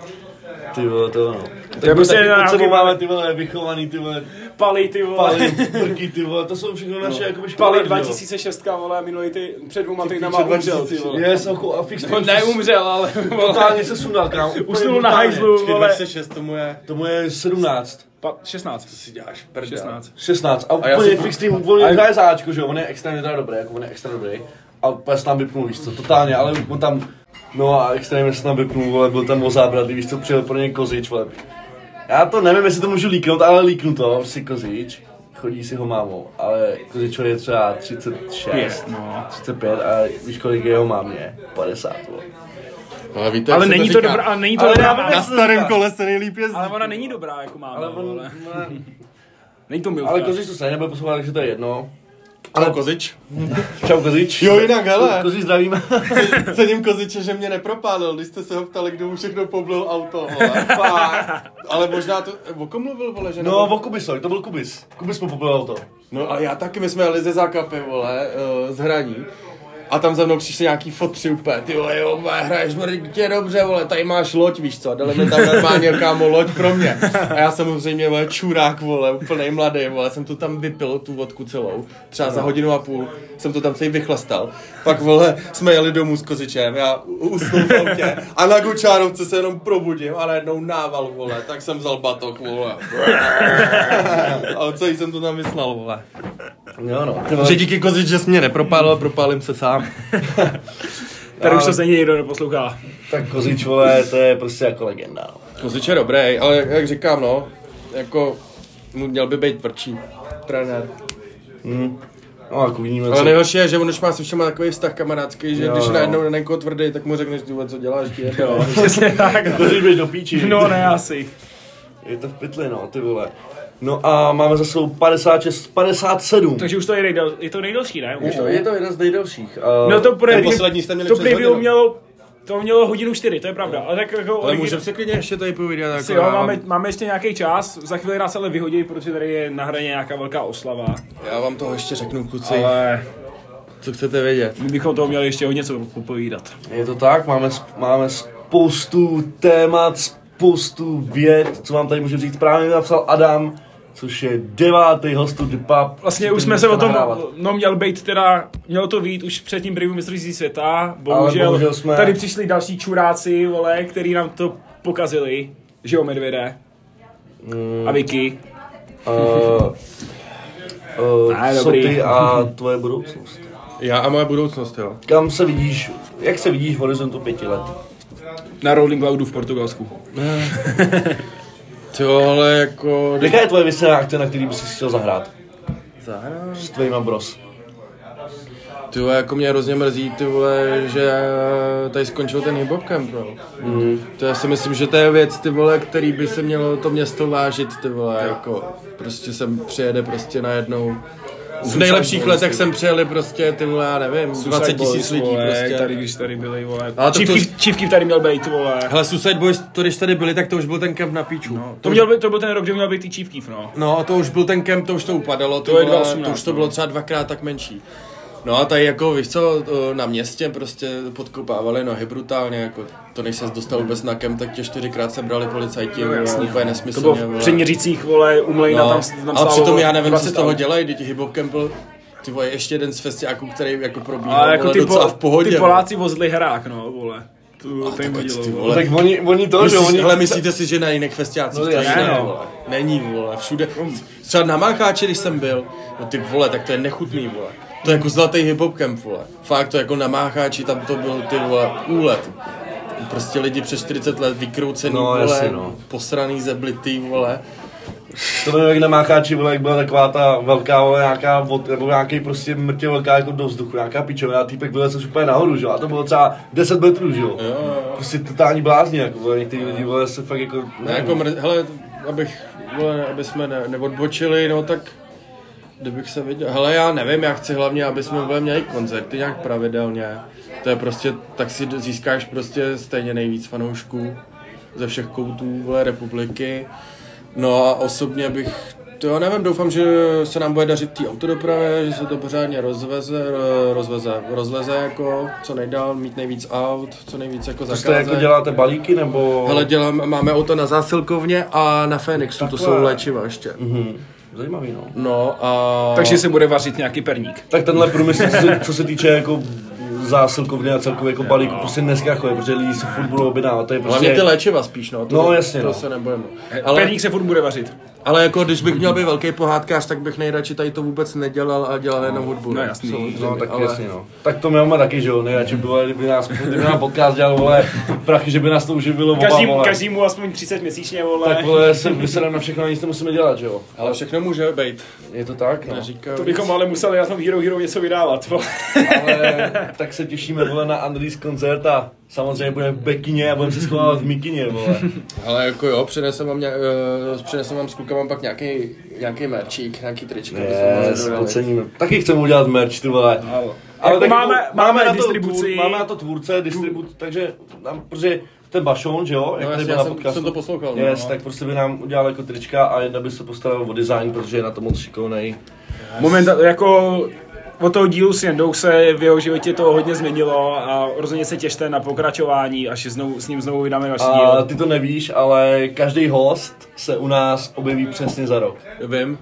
[SPEAKER 1] ty vole, to no. ono. Tak
[SPEAKER 2] je
[SPEAKER 1] my
[SPEAKER 2] prostě
[SPEAKER 1] taky pod
[SPEAKER 2] nějaký-
[SPEAKER 1] sebou máme ty vole vychovaný, ty vole,
[SPEAKER 2] Palej ty vole.
[SPEAKER 1] palí, brky, ty vole, to jsou všechno naše jakoby
[SPEAKER 2] Palej
[SPEAKER 1] školy.
[SPEAKER 2] 2006, vole, minulý ty, před dvěma týdnama
[SPEAKER 1] Před
[SPEAKER 2] umřel,
[SPEAKER 1] 2000,
[SPEAKER 2] ty
[SPEAKER 1] jo.
[SPEAKER 2] vole.
[SPEAKER 1] Yes, ochu, a fix
[SPEAKER 2] On neumřel, ale vole.
[SPEAKER 1] Totálně se sundal, kámo. úplně
[SPEAKER 2] Usnul na
[SPEAKER 1] brutálně.
[SPEAKER 2] hajzlu, vole.
[SPEAKER 3] 26 tomu je.
[SPEAKER 1] Tomu je 17.
[SPEAKER 2] Pa- 16.
[SPEAKER 3] Si děláš prdel.
[SPEAKER 2] 16.
[SPEAKER 1] 16. A
[SPEAKER 3] já
[SPEAKER 1] úplně
[SPEAKER 3] jsem-
[SPEAKER 1] fix tým on je hraje záčku, že jo, on je extrémně teda dobrý, jako on je extra dobrý. A pes tam vypnul, víš co, totálně, ale on tam, no a extrémně se tam vypnul, vole, byl tam ozábradlý, víš co, přijel pro něj kozič, vole. Já to nevím, jestli to můžu líknout, ale líknu to, si kozič, chodí si ho mámou, ale kozičovi je třeba 36,
[SPEAKER 2] Pět, no.
[SPEAKER 1] 35 a víš kolik je jeho mámě, 50, vole.
[SPEAKER 3] Ale víte,
[SPEAKER 2] Ale
[SPEAKER 3] jak se
[SPEAKER 2] není to
[SPEAKER 3] říká?
[SPEAKER 2] dobrá, ale není to
[SPEAKER 1] Ale
[SPEAKER 2] dobrá.
[SPEAKER 1] já vím, jak
[SPEAKER 2] Ale,
[SPEAKER 1] se to říká.
[SPEAKER 4] se nejlíp jezdí.
[SPEAKER 2] ale ona není dobrá, jako máme,
[SPEAKER 1] Ale on,
[SPEAKER 2] vole. Není to milka.
[SPEAKER 1] ale kozič to se nebude poslouchat, takže to je jedno.
[SPEAKER 3] Ale kozič.
[SPEAKER 1] Čau kozič.
[SPEAKER 4] Jo, jinak, hele.
[SPEAKER 1] Kozič zdravíme.
[SPEAKER 4] *laughs* Cením koziče, že mě nepropálil, když jste se ho ptali, kdo mu všechno poblil auto, vole, fakt. Ale možná to, o kom mluvil, vole, že
[SPEAKER 1] No,
[SPEAKER 4] nebo-
[SPEAKER 1] o Kubisovi, to byl Kubis. Kubis mu pobil auto.
[SPEAKER 4] No a já taky, my jsme jeli ze zákapy, vole, eh, z hraní. A tam za mnou přišli nějaký fotři úplně, ty vole, jo, vole, hraješ mrdě dobře, vole, tady máš loď, víš co, dali mi tam normálně, kámo, loď pro mě. A já samozřejmě, vole, čurák, vole, úplnej mladý, vole, jsem to tam vypil, tu vodku celou, třeba za hodinu a půl, jsem to tam celý vychlastal. Pak, vole, jsme jeli domů s kozičem, já u- usnul v autě a na Gučárovce se jenom probudím a najednou nával, vole, tak jsem vzal batok, vole. A celý jsem to tam vysnal, vole.
[SPEAKER 1] Jo, no.
[SPEAKER 4] Že díky kozič, že jsi mě nepropálil, propálím se sám.
[SPEAKER 2] Tady už to stejně nikdo neposlouchá.
[SPEAKER 1] Tak Kozič, vole, to je prostě jako legenda. no.
[SPEAKER 3] Kozič je dobrý, ale jak, jak říkám, no, jako mu měl by být tvrdší trenér.
[SPEAKER 1] No, jako vidíme,
[SPEAKER 3] Ale
[SPEAKER 1] co...
[SPEAKER 3] nejhorší je, že on už má se všema takový vztah kamarádský, že
[SPEAKER 1] Jo,
[SPEAKER 3] jo, když
[SPEAKER 1] jo.
[SPEAKER 3] najednou na někoho tvrdý, tak mu řekneš ty vole, co děláš, ti jebe.
[SPEAKER 2] Jo, přesně tak.
[SPEAKER 1] Kozič běž do píči.
[SPEAKER 2] No ne, asi.
[SPEAKER 1] Je to v pytli, no, ty vole. No a máme za sebou 56, 57.
[SPEAKER 2] Takže už to je, nejdel, je to nejdelší, ne? Už
[SPEAKER 1] Jo, je to jeden z nejdelších. Uh,
[SPEAKER 2] No to pre,
[SPEAKER 4] poslední jste měli
[SPEAKER 2] to
[SPEAKER 4] přes
[SPEAKER 2] preview
[SPEAKER 4] hodinu.
[SPEAKER 2] mělo, to mělo hodinu 4, to je pravda. Ale tak jako
[SPEAKER 3] Ale
[SPEAKER 2] origi-
[SPEAKER 3] můžeme si klidně ještě tady povídat. Jako
[SPEAKER 2] si, jo,
[SPEAKER 3] já-
[SPEAKER 2] máme, máme ještě nějaký čas, za chvíli nás ale vyhodí, protože tady je na hraně nějaká velká oslava.
[SPEAKER 3] Já vám toho ještě řeknu, kluci,
[SPEAKER 2] Ale
[SPEAKER 3] co chcete vědět.
[SPEAKER 2] my bychom toho měli ještě o něco popovídat.
[SPEAKER 1] Je to tak, máme, sp- máme spoustu témat, spoustu věd, co vám tady můžu říct. Právě mi napsal Adam, což je devátý hostu The Pub.
[SPEAKER 2] Vlastně už
[SPEAKER 1] Který
[SPEAKER 2] jsme se o tom,
[SPEAKER 1] nahrávat.
[SPEAKER 2] no měl být teda, mělo to vít už před tím preview mistrovství světa, bohužel,
[SPEAKER 1] bohužel jsme-
[SPEAKER 2] tady přišli další čuráci, vole, který nám to pokazili, že jo, medvěde. A Vicky.
[SPEAKER 1] Uh, uh,
[SPEAKER 2] Ne,
[SPEAKER 1] co
[SPEAKER 2] dobrý.
[SPEAKER 1] ty a tvoje budoucnost?
[SPEAKER 3] Já a moje budoucnost, jo.
[SPEAKER 1] Kam se vidíš, jak se vidíš v horizontu pěti let?
[SPEAKER 2] Na Rolling Cloudu v Portugalsku.
[SPEAKER 3] Ty vole, jako...
[SPEAKER 1] Jaká je tvoje vysněná akce, na který bys si chtěl zahrát?
[SPEAKER 3] Zahrám.
[SPEAKER 1] S tvýma bros.
[SPEAKER 3] Ty vole, jako mě hrozně mrzí, ty vole, že tady skončil ten hip-hop camp, no. To já si myslím, že to je věc, ty vole, který by se mělo to město vážit, ty vole, jako. Prostě sem přijede prostě najednou. V nejlepších letech sem přijeli prostě, ty vole, já nevím, 20 tisíc lidí
[SPEAKER 2] vole,
[SPEAKER 3] prostě.
[SPEAKER 2] Tady, když tady byli, vole.
[SPEAKER 3] Ale
[SPEAKER 2] Ale
[SPEAKER 3] to-
[SPEAKER 2] Chief,
[SPEAKER 3] to-
[SPEAKER 2] Keef- Chief Keef tady měl být, vole.
[SPEAKER 3] Hele, Suicide Boys, to když tady byli, tak to už byl ten kemp na píču. No,
[SPEAKER 2] To, měl být, to byl ten rok, kdy měl být i Chief Keef, no.
[SPEAKER 3] No, to už byl ten kemp, to už to upadalo, to,
[SPEAKER 2] To je
[SPEAKER 3] vole,
[SPEAKER 2] 2018,
[SPEAKER 3] to už to
[SPEAKER 2] no.
[SPEAKER 3] bylo třeba dvakrát tak menší. No a tady jako, víš co, to na městě prostě podkopávali nohy brutálně, jako to než se dostal vůbec na kemp, tak tě čtyřikrát sebrali policajti, no, jasný,
[SPEAKER 2] To
[SPEAKER 3] úplně
[SPEAKER 2] bylo
[SPEAKER 3] nesmyslně.
[SPEAKER 2] v
[SPEAKER 3] vole.
[SPEAKER 2] Předměřících, vole, umlejna,
[SPEAKER 3] no,
[SPEAKER 2] tam, s- tam
[SPEAKER 3] ale
[SPEAKER 2] stálo
[SPEAKER 3] přitom já nevím, co
[SPEAKER 2] 20
[SPEAKER 3] z toho
[SPEAKER 2] aut.
[SPEAKER 3] dělají, teď hip hop kemp byl, ty vole, ještě jeden z festiáků, který jako probíhal,
[SPEAKER 2] Ale
[SPEAKER 3] ale
[SPEAKER 2] jako ty,
[SPEAKER 3] docela
[SPEAKER 2] po,
[SPEAKER 3] v pohodě.
[SPEAKER 2] ty Poláci vozili herák, no, vole.
[SPEAKER 4] tu, ten vadilo.
[SPEAKER 3] ty
[SPEAKER 4] vole.
[SPEAKER 3] vole.
[SPEAKER 1] No Tak oni, oni to, že
[SPEAKER 3] Myslíš,
[SPEAKER 1] oni...
[SPEAKER 3] hele, myslíte si, že na jiných festiácích
[SPEAKER 1] No
[SPEAKER 3] to je
[SPEAKER 1] jasně,
[SPEAKER 3] jinak,
[SPEAKER 4] no.
[SPEAKER 3] vole. Není, vole, všude. Třeba na Mácháči, když jsem byl, no ty vole, tak to je nechutný, vole. To je jako zlatý hip-hop camp, vole. Fakt, to jako na Mácháči, tam to byl, ty vole, úlet. Prostě lidi přes 40 let vykroucený,
[SPEAKER 1] No,
[SPEAKER 3] vole,
[SPEAKER 1] jasně, no.
[SPEAKER 3] posraný, zeblitý, vole.
[SPEAKER 1] To bylo jak na Mácháči, vole, jak byla taková ta velká, vole, nějaká, vod, nebo nějaký prostě mrtě velká jako do vzduchu, nějaká pičovina, a týpek vylezl už úplně nahoru, že jo, a to bylo třeba 10 metrů, že jo. Prostě totální blázni, jako, vole, některý lidi, vole, se fakt jako...
[SPEAKER 3] Ne, jako mr- hele, abych, vole, ne, aby jsme ne, neodbočili, no tak kdybych se viděl, hele já nevím, já chci hlavně, aby jsme vole, měli koncerty nějak pravidelně, to je prostě, tak si získáš prostě stejně nejvíc fanoušků ze všech koutů vole, republiky, no a osobně bych, to já nevím, doufám, že se nám bude dařit té autodopravě, že se to pořádně rozveze, ro- rozveze, rozleze jako, co nejdál, mít nejvíc aut, co nejvíc jako
[SPEAKER 1] To jste
[SPEAKER 3] zakázek.
[SPEAKER 1] jako děláte balíky, nebo...
[SPEAKER 3] Hele, dělám, máme auto na zásilkovně a na Fénixu, to
[SPEAKER 1] Takhle.
[SPEAKER 3] jsou léčiva ještě.
[SPEAKER 1] Mhm. Zajímavý, no.
[SPEAKER 3] No a...
[SPEAKER 4] Takže se bude vařit nějaký perník.
[SPEAKER 1] Tak tenhle průmysl, co se, co se týče jako zásilkovny a celkově jako balíku, prostě neskrachuje, protože lidi si furt budou objednávat, to je prostě...
[SPEAKER 3] no. Hlavně ty léčiva spíš, no. To,
[SPEAKER 1] No, jasně,
[SPEAKER 3] To
[SPEAKER 1] no.
[SPEAKER 3] se nebojím.
[SPEAKER 4] Ale...
[SPEAKER 3] Ale,
[SPEAKER 4] Perník se furt bude vařit.
[SPEAKER 3] ale jako, když bych měl být velký pohádkář, tak bych nejradši tady to vůbec nedělal a dělal jenom hudbu.
[SPEAKER 4] no jasný.
[SPEAKER 3] samozřejmě,
[SPEAKER 1] No, tak
[SPEAKER 3] ale-
[SPEAKER 1] ale... jasně, no. Tak to my máme taky, že jo, nejradši by bylo, kdyby nás, kdyby nám podcast dělal, vole, prachy, že by nás to uživilo oba,
[SPEAKER 4] Každý,
[SPEAKER 1] vole.
[SPEAKER 4] každému aspoň 30 měsíčně, vole.
[SPEAKER 1] Tak vole, se, my se nám na všechno nic nemusíme dělat, že jo.
[SPEAKER 3] Ale všechno může být.
[SPEAKER 1] Je to tak, no.
[SPEAKER 3] Říkám,
[SPEAKER 4] To bychom ale museli na tom Hero Hero něco vydávat. vole.
[SPEAKER 1] Ale tak se těšíme, vole, na Andrýs koncert a samozřejmě budeme v Bekině a budeme se schovávat v Mikině, vole.
[SPEAKER 3] ale jako jo, přinesem vám, nějak, uh, přinesem vám s klukama pak nějaký, nějaký merčík, nějaký tričko. aby jsme mohli
[SPEAKER 1] Yes,
[SPEAKER 3] dodali.
[SPEAKER 1] oceníme. Eh, Taky chceme udělat merch, ty vole.
[SPEAKER 4] Jako
[SPEAKER 1] taky
[SPEAKER 4] máme-
[SPEAKER 1] jako
[SPEAKER 4] máme
[SPEAKER 1] na to
[SPEAKER 4] distribuci.
[SPEAKER 1] tvůr- máme na to tvůrce, distribuci, takže nám, protože ten Bašon, že jo,
[SPEAKER 3] No, jasně,
[SPEAKER 1] tady byl
[SPEAKER 3] já
[SPEAKER 1] na
[SPEAKER 3] jsem-
[SPEAKER 1] podcastu.
[SPEAKER 3] jsem to poslouchal, no,
[SPEAKER 1] Yes,
[SPEAKER 3] no.
[SPEAKER 1] tak prostě by nám udělal jako trička a jedna by se postaral o design, protože je na to moc šikovnej.
[SPEAKER 4] Moment, jako od toho dílu s Jendou se v jeho životě to hodně změnilo a rozhodně se těšte na pokračování, až znovu, s ním znovu vydáme další
[SPEAKER 1] A
[SPEAKER 4] díl.
[SPEAKER 1] ty to nevíš, ale každý host se u nás objeví přesně za rok.
[SPEAKER 3] Vím.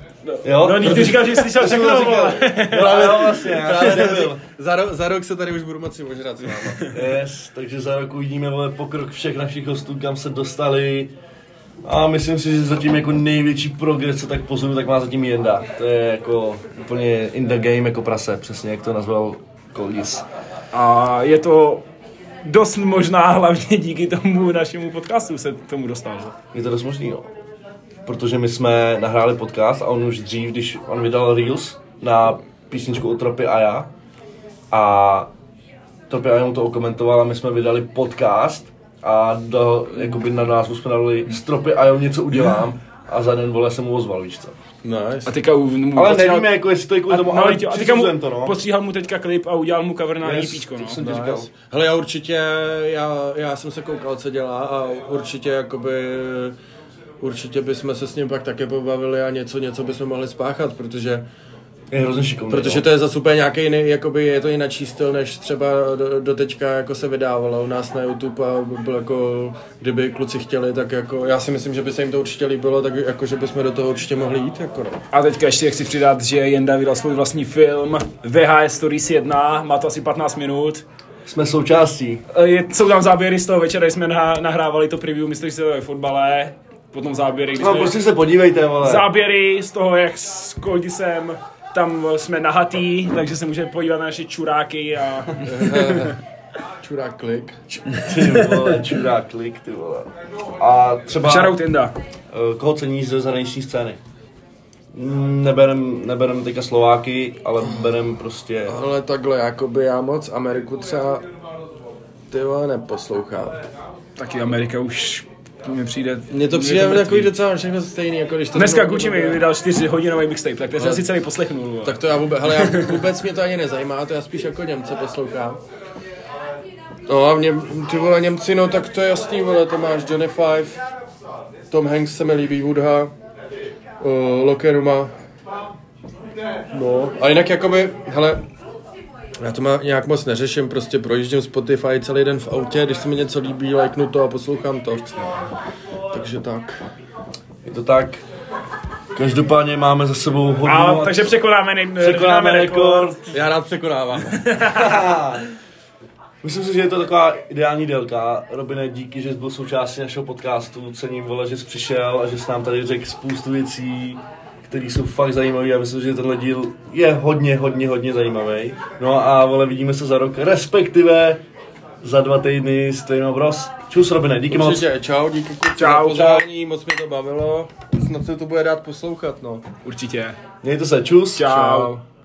[SPEAKER 1] Jo?
[SPEAKER 4] No, nikdy říkal, že jsi slyšel
[SPEAKER 1] jsem
[SPEAKER 4] všechno,
[SPEAKER 1] to říkal.
[SPEAKER 4] vole.
[SPEAKER 1] Právě,
[SPEAKER 3] No,
[SPEAKER 1] jo, vlastně, já jsem
[SPEAKER 3] Právě
[SPEAKER 1] nebyl.
[SPEAKER 3] za, rok, za rok se tady už budu moci ožrat s váma.
[SPEAKER 1] Yes, takže za rok uvidíme vole, pokrok všech našich hostů, kam se dostali. A myslím si, že zatím jako největší progres, co tak pozoruju, tak má zatím jenda. To je jako úplně in the game jako prase, přesně jak to nazval Koldis.
[SPEAKER 4] A je to dost možná *laughs* hlavně díky tomu našemu podcastu se k tomu dostal.
[SPEAKER 1] Je to dost možný, no. Protože my jsme nahráli podcast a on už dřív, když on vydal Reels na písničku o Tropy a já, a Tropy a já mu to okomentoval a my jsme vydali podcast a do, jakoby na názvu jsme dali s Tropy a já něco udělám a za den vole se mu ozval, víš co.
[SPEAKER 3] Nice.
[SPEAKER 4] A teďka u, mu
[SPEAKER 1] Ale
[SPEAKER 4] postříhal-
[SPEAKER 1] nevíme, jako jestli to je kvůli
[SPEAKER 4] a,
[SPEAKER 1] tomu,
[SPEAKER 4] no,
[SPEAKER 1] ale
[SPEAKER 4] ale a teďka mu, prostě-
[SPEAKER 1] přisuzujeme to, no.
[SPEAKER 4] postříhal mu teďka klip a udělal mu cover na
[SPEAKER 1] Yes,
[SPEAKER 4] yes, IPčko, no.
[SPEAKER 1] to jsem ti
[SPEAKER 3] Nice.
[SPEAKER 1] říkal.
[SPEAKER 3] Hele, já určitě, já, já jsem se koukal, co dělá a určitě jakoby, určitě bychom se s ním pak také pobavili a něco, něco bychom mohli spáchat, protože,
[SPEAKER 1] Je hrozně šikovný.
[SPEAKER 3] protože
[SPEAKER 1] no.
[SPEAKER 3] to je zase úplně nějaký jiný, jakoby je to jiný styl, než třeba do, do teďka jako se vydávalo u nás na YouTube a byl jako, kdyby kluci chtěli, tak jako, já si myslím, že by se jim to určitě líbilo, tak jako, že bychom do toho určitě mohli jít, jako no.
[SPEAKER 4] A teďka ještě chci přidat, že Jenda vydal svůj vlastní film VHS Stories 1, má to asi 15 minut.
[SPEAKER 1] Jsme součástí.
[SPEAKER 4] E, Je, jsou tam záběry z toho večera, kdy jsme nah- nahrávali to preview mistrovství v fotbale, potom záběry, kdy
[SPEAKER 1] No
[SPEAKER 4] jsme,
[SPEAKER 1] prostě se podívejte, vole.
[SPEAKER 4] záběry z toho, jak s Koldisem tam jsme nahatý, takže se můžeme podívat na naše čuráky a
[SPEAKER 3] Čurák klik.
[SPEAKER 1] Ty vole, čurá klik, ty vole. A třeba...
[SPEAKER 4] shoutout Jenda.
[SPEAKER 1] Eh, koho ceníš ze zahraniční scény? Mm, Neberem, neberem teďka Slováky, ale berem prostě...
[SPEAKER 3] Ale takhle, jakoby já moc Ameriku třeba ty vole neposlouchám.
[SPEAKER 4] Taky Amerika už mi přijde.
[SPEAKER 3] Mně to přijde takový docela všechno stejný, jako když to...
[SPEAKER 4] Dneska
[SPEAKER 3] zrovna-
[SPEAKER 4] Gucci mi vydal 4 hodinový mixtape, tak ten jsem si celý poslechnul. vole.
[SPEAKER 3] Tak to já vůbec, hele,
[SPEAKER 4] *laughs*
[SPEAKER 3] já vůbec mě to ani nezajímá, to já spíš jako Němce poslouchám. No a mě, ty vole Němci, no tak to je jasný, vole, to máš Johnny Five, Tom Hanks se mi líbí, Woodha, uh, Lokeruma. No, a jinak jakoby, hele, já to má, nějak moc neřeším, prostě projíždím Spotify celý den v autě, když se mi něco líbí, lajknu to a poslouchám to. Takže tak.
[SPEAKER 1] Je to tak. Každopádně máme za sebou hodinu.
[SPEAKER 4] A, takže překonáme, nej-
[SPEAKER 1] překonáme rekord.
[SPEAKER 3] Já rád překonávám.
[SPEAKER 1] Myslím si, že je to taková ideální délka. Robine, díky, že jsi byl součástí našeho podcastu. Cením, vole, že jsi přišel a že jsi nám tady řekl spoustu věcí, které jsou fakt zajímavé a myslím, že tenhle díl je hodně, hodně, hodně zajímavý. No a vole, vidíme se za rok, respektive za dva týdny s tvým obroz. Čus, Robine, díky moc.
[SPEAKER 3] Určitě, čau, díky kluci za pozvání, moc mě to bavilo. Snad se to bude dát poslouchat, no.
[SPEAKER 4] Určitě.
[SPEAKER 1] Mějte se, čus.
[SPEAKER 4] Čau. Čau.